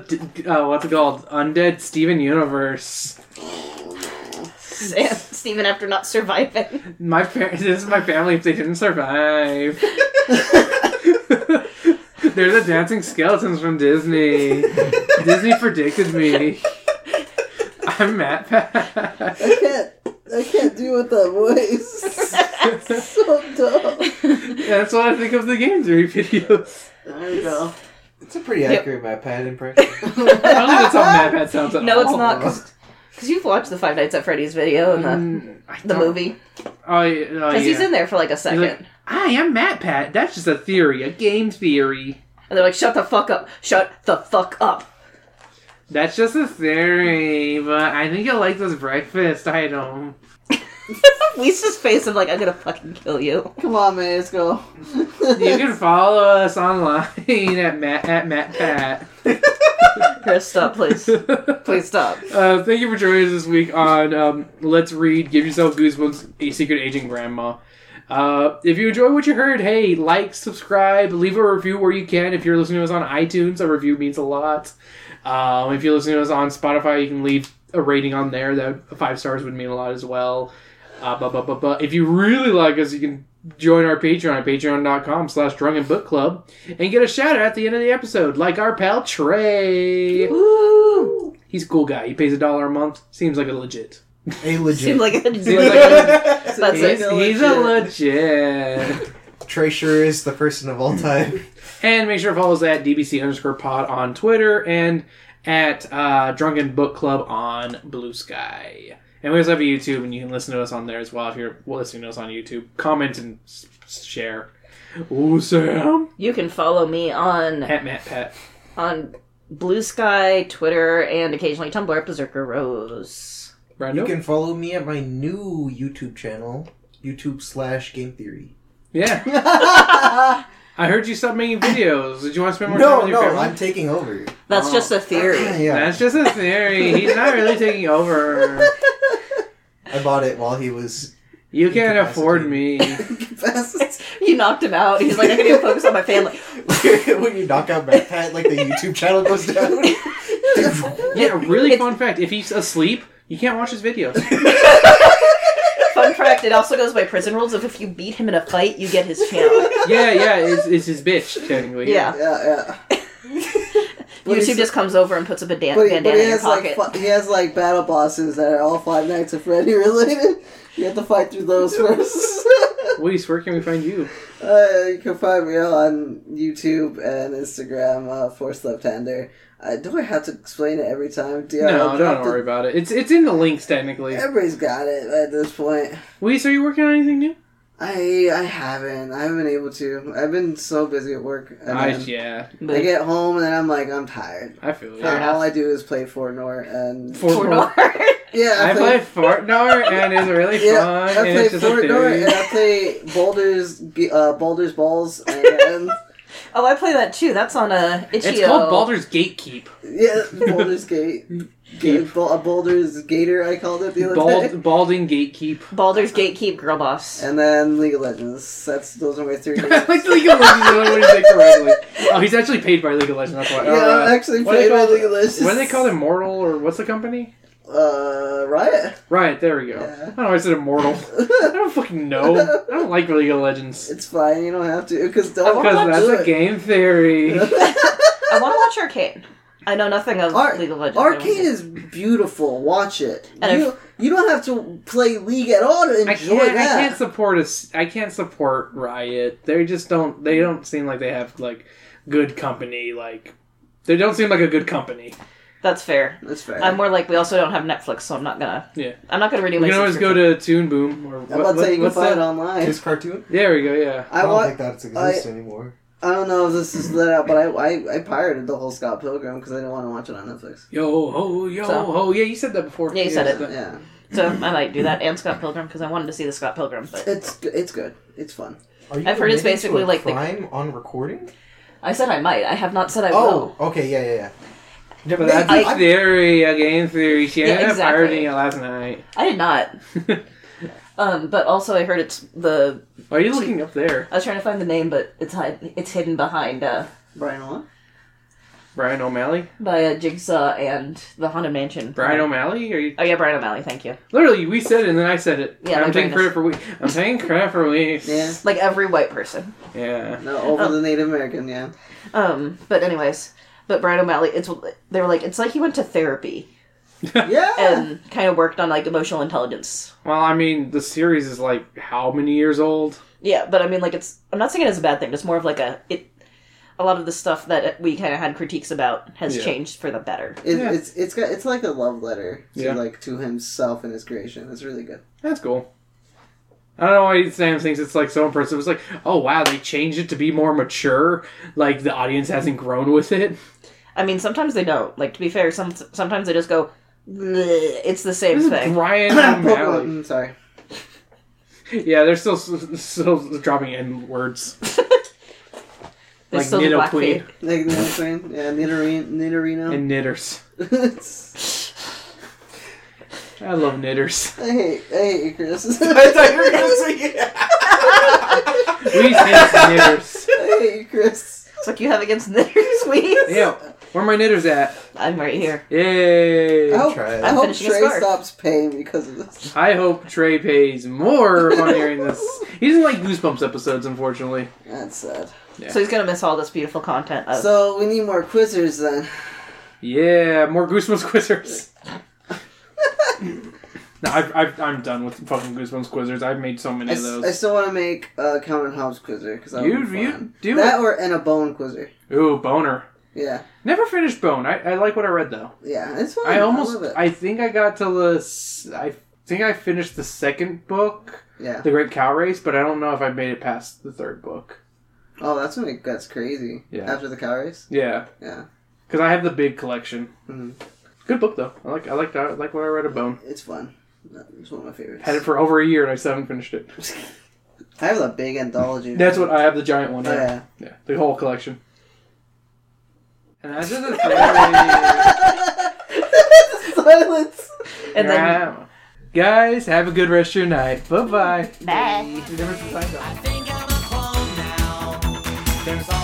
Uh, what's it called? Undead Steven Universe. Sam, Steven after not surviving. My parents. This is my family. If they didn't survive, they're the dancing skeletons from Disney. Disney predicted me. I'm Matt. Pat. I can't. I can't do with that voice. It's so dumb. That's what I think of the game theory videos. There you go. It's a pretty Yep. accurate map pad impression. I don't think that's how Matt Pat sounds. At no, it's all. not because you've watched the Five Nights at Freddy's video and the, Mm, I the don't- movie Oh, yeah. oh, because he's yeah. in there for like a second. like- I am Matt Pat. That's just a theory, a game theory. And they're like, shut the fuck up. Shut the fuck up. That's just a theory, but I think you'll like this breakfast item. Lisa's face of like, I'm gonna fucking kill you. Come on, man. Let's go. You can follow us online at Matt at Matt Pat. Chris, stop, please. please stop. Uh, thank you for joining us this week on um, Let's Read Give Yourself Goosebumps A Secret Aging Grandma. Uh, if you enjoy what you heard, hey, like, subscribe, leave a review where you can. If you're listening to us on iTunes, a review means a lot. Um, if you're listening to us on Spotify, you can leave a rating on there. That five stars would mean a lot as well. Uh, but, but, but, but if you really like us, you can join our Patreon at patreon.com slash drunken book club and get a shout out at the end of the episode, like our pal Trey. He's a cool guy. He pays a dollar a month. Seems like a legit. a legit. Seems like a Seems like a, That's he's, it. he's a legit. Trey sure is the person of Hmm. all time. And make sure to follow us at DBC underscore pod on Twitter and at uh, Drunken Book Club on Blue Sky. And we also have a YouTube, and you can listen to us on there as well if you're listening to us on YouTube. Comment and s- s- share. Ooh, Sam. You can follow me on At Matt Pat. on Blue Sky, Twitter, and occasionally Tumblr at Berserker Rose. Brando? You can follow me at my new YouTube channel, YouTube slash Game Theory. Yeah. I heard you stopped making videos. Did you want to spend more time No, with your no, family? I'm taking over. Ah, That's just Oh. a theory. yeah, That's just a theory. He's not really taking over. I bought it while he was. You can't afford me. you knocked him out. He's like, I'm gonna focus on my family. when you knock out Matt Pat, like the YouTube channel goes down. Yeah, really fun fact. If he's asleep, you can't watch his videos. Fun fact, it also goes by prison rules of if you beat him in a fight, you get his channel. Yeah, yeah, it's, it's his bitch, technically. Yeah. Yeah, yeah. But YouTube he's- just comes over and puts a bada- But he, bandana but he in your has pocket. like fi- he has like battle bosses that are all Five Nights at Freddy related. You have to fight through those first. Luis, where can we find you? uh, you can find me on YouTube and Instagram, uh, Force Left-Hander. Uh, do I have to explain it every time? Do I No, have don't to- worry about it. It's it's in the links, technically. Everybody's got it at this point. Luis, are you working on anything new? I I haven't. I haven't been able to. I've been so busy at work. And I, then yeah, I get home and then I'm like I'm tired. I feel you. And all I do is play Fortnite and For- yeah. I play Fortnite, and it's really fun. Yeah, I and play it's just a Fortnite theory. and I play Baldur's G- uh, Baldur's Balls and, and Oh, I play that too. That's on a itch.io. It's called Baldur's Gatekeep. yeah Baldur's Gate. Ga- Bal- uh, Baldur's Gator, I called it the other day. Bald, balding Gatekeep. Baldur's Gatekeep Girl Boss. And then League of Legends. That's those are my three. games. I like the League of Legends. I don't know what he said correctly. Oh, he's actually paid by League of Legends. That's why. yeah, Uh, I'm actually what do they playing my call- League of Legends. What do they call it? Mortal or what's the company? Uh, Riot. Right, there we go. Yeah. I don't know, I said immortal. I don't fucking know. I don't like League of Legends. It's fine. You don't have to because don't. Because do Oh, that's a it. game theory. I want to watch Arcane. I know nothing of Ar- League of Legends. Arcane is beautiful. Watch it. And you, you don't have to play League at all to I enjoy can't. I that. can't support us. I can't support Riot. They just don't. Mm. They don't seem like they have like good company. Like they don't seem like a good company. That's fair. That's fair. I'm more like we also don't have Netflix, so I'm not gonna. Yeah. I'm not gonna renew You my. can always go to Toon Boom or I'm what, about to what- say you can what's find that? it online. His cartoon? There we go. Yeah. I I don't want. think that exists anymore. I don't know if this is let out, but I, I I pirated the whole Scott Pilgrim because I didn't want to watch it on Netflix. Yo ho yo So- ho. Yeah, you said that before. Yeah, you said it. that- Yeah, So I might do that and Scott Pilgrim because I wanted to see the Scott Pilgrim, but it's g- it's good. It's fun. Are you I've heard it's committing to basically a like the- crime on recording. I said I might. I have not said I Oh, will. okay, yeah, yeah, yeah. Yeah, but that's I- a theory. A game theory. She Yeah, ended up exactly. pirating it last night. I did not. um, but also I heard it's the. Why are you looking up there, I was trying to find the name, but it's hide, it's hidden behind uh, Brian, what? Brian O'Malley? by uh, Jigsaw and the Haunted Mansion. Brian O'Malley? Are you Oh yeah, Brian O'Malley. Thank you. literally? We said it, and then I said it. Yeah, my I'm taking credit brain is- for we. I'm taking credit for we. Yeah, Like every white person. Yeah. no, over Oh. the Native American. Yeah, Um, but anyways, but Brian O'Malley, it's they were like it's like he went to therapy yeah. and kind of worked on like emotional intelligence. Well, I mean, the series is like how many years old? Yeah, but I mean, like it's I'm not saying it's a bad thing. It's more of like a it. A lot of the stuff that we kind of had critiques about has Yeah. changed for the better. It, Yeah. It's it's got it's like a love letter to Yeah. like to himself and his creation. It's really good. That's cool. I don't know why Sam thinks it's like so impressive. It's like, oh wow, they changed it to be more mature. Like the audience hasn't grown with it. I mean, sometimes they don't. Like to be fair, some sometimes they just go. "Bleh," It's the same This is thing. Brian O'Malley. Mm, sorry. yeah, they're still still dropping in words. They like still do Nido blackface. Queen Like you know what I'm saying? Yeah, Nidorino. Uh-huh. Nidorino. and knitters. It's- I love knitters. I hate I hate you, Chris. I thought you were gonna say yeah. We hate knitters. I hate you, Chris. It's like you have against knitters, Wheeze. Yeah, where are my knitters at? I'm right here. Yay! I hope, try it. I I'm hope finishing a Trey scarf. stops paying because of this. I hope Trey pays more on hearing this. He doesn't like Goosebumps episodes, unfortunately. That's sad. So he's gonna miss all this beautiful content. Of, So we need more quizzers then. Yeah, more Goosebumps Quizzers. no, I've, I've, I'm done with fucking Goosebumps Quizzers. I've made so many I, of s- I those. still want to make uh, Count and Hobbs quizzer because that You- would be you fun. do that it. or and a bone quizzer. Ooh, Boner. Yeah, Never finished Bone. I, I like what I read though. yeah, it's fun. I almost, love it. I think I got to the, s- I think I finished the second book, yeah. The Great Cow Race, but I don't know if I made it past the third book. Oh, that's when it gets crazy. Yeah. After the cow race. Yeah, Yeah, because I have the big collection. Mhm. Good book though. I like, I like, I like what I read of Bone. it's fun. It's one of my favorites. Had it for over a year and I still haven't finished it. I have a big anthology. That's what I have the giant one. Oh, Yeah. yeah. Yeah, the whole collection. And that's just a theory. Silence. and then Yeah. Guys, have a good rest of your night. Bye bye. bye. There's all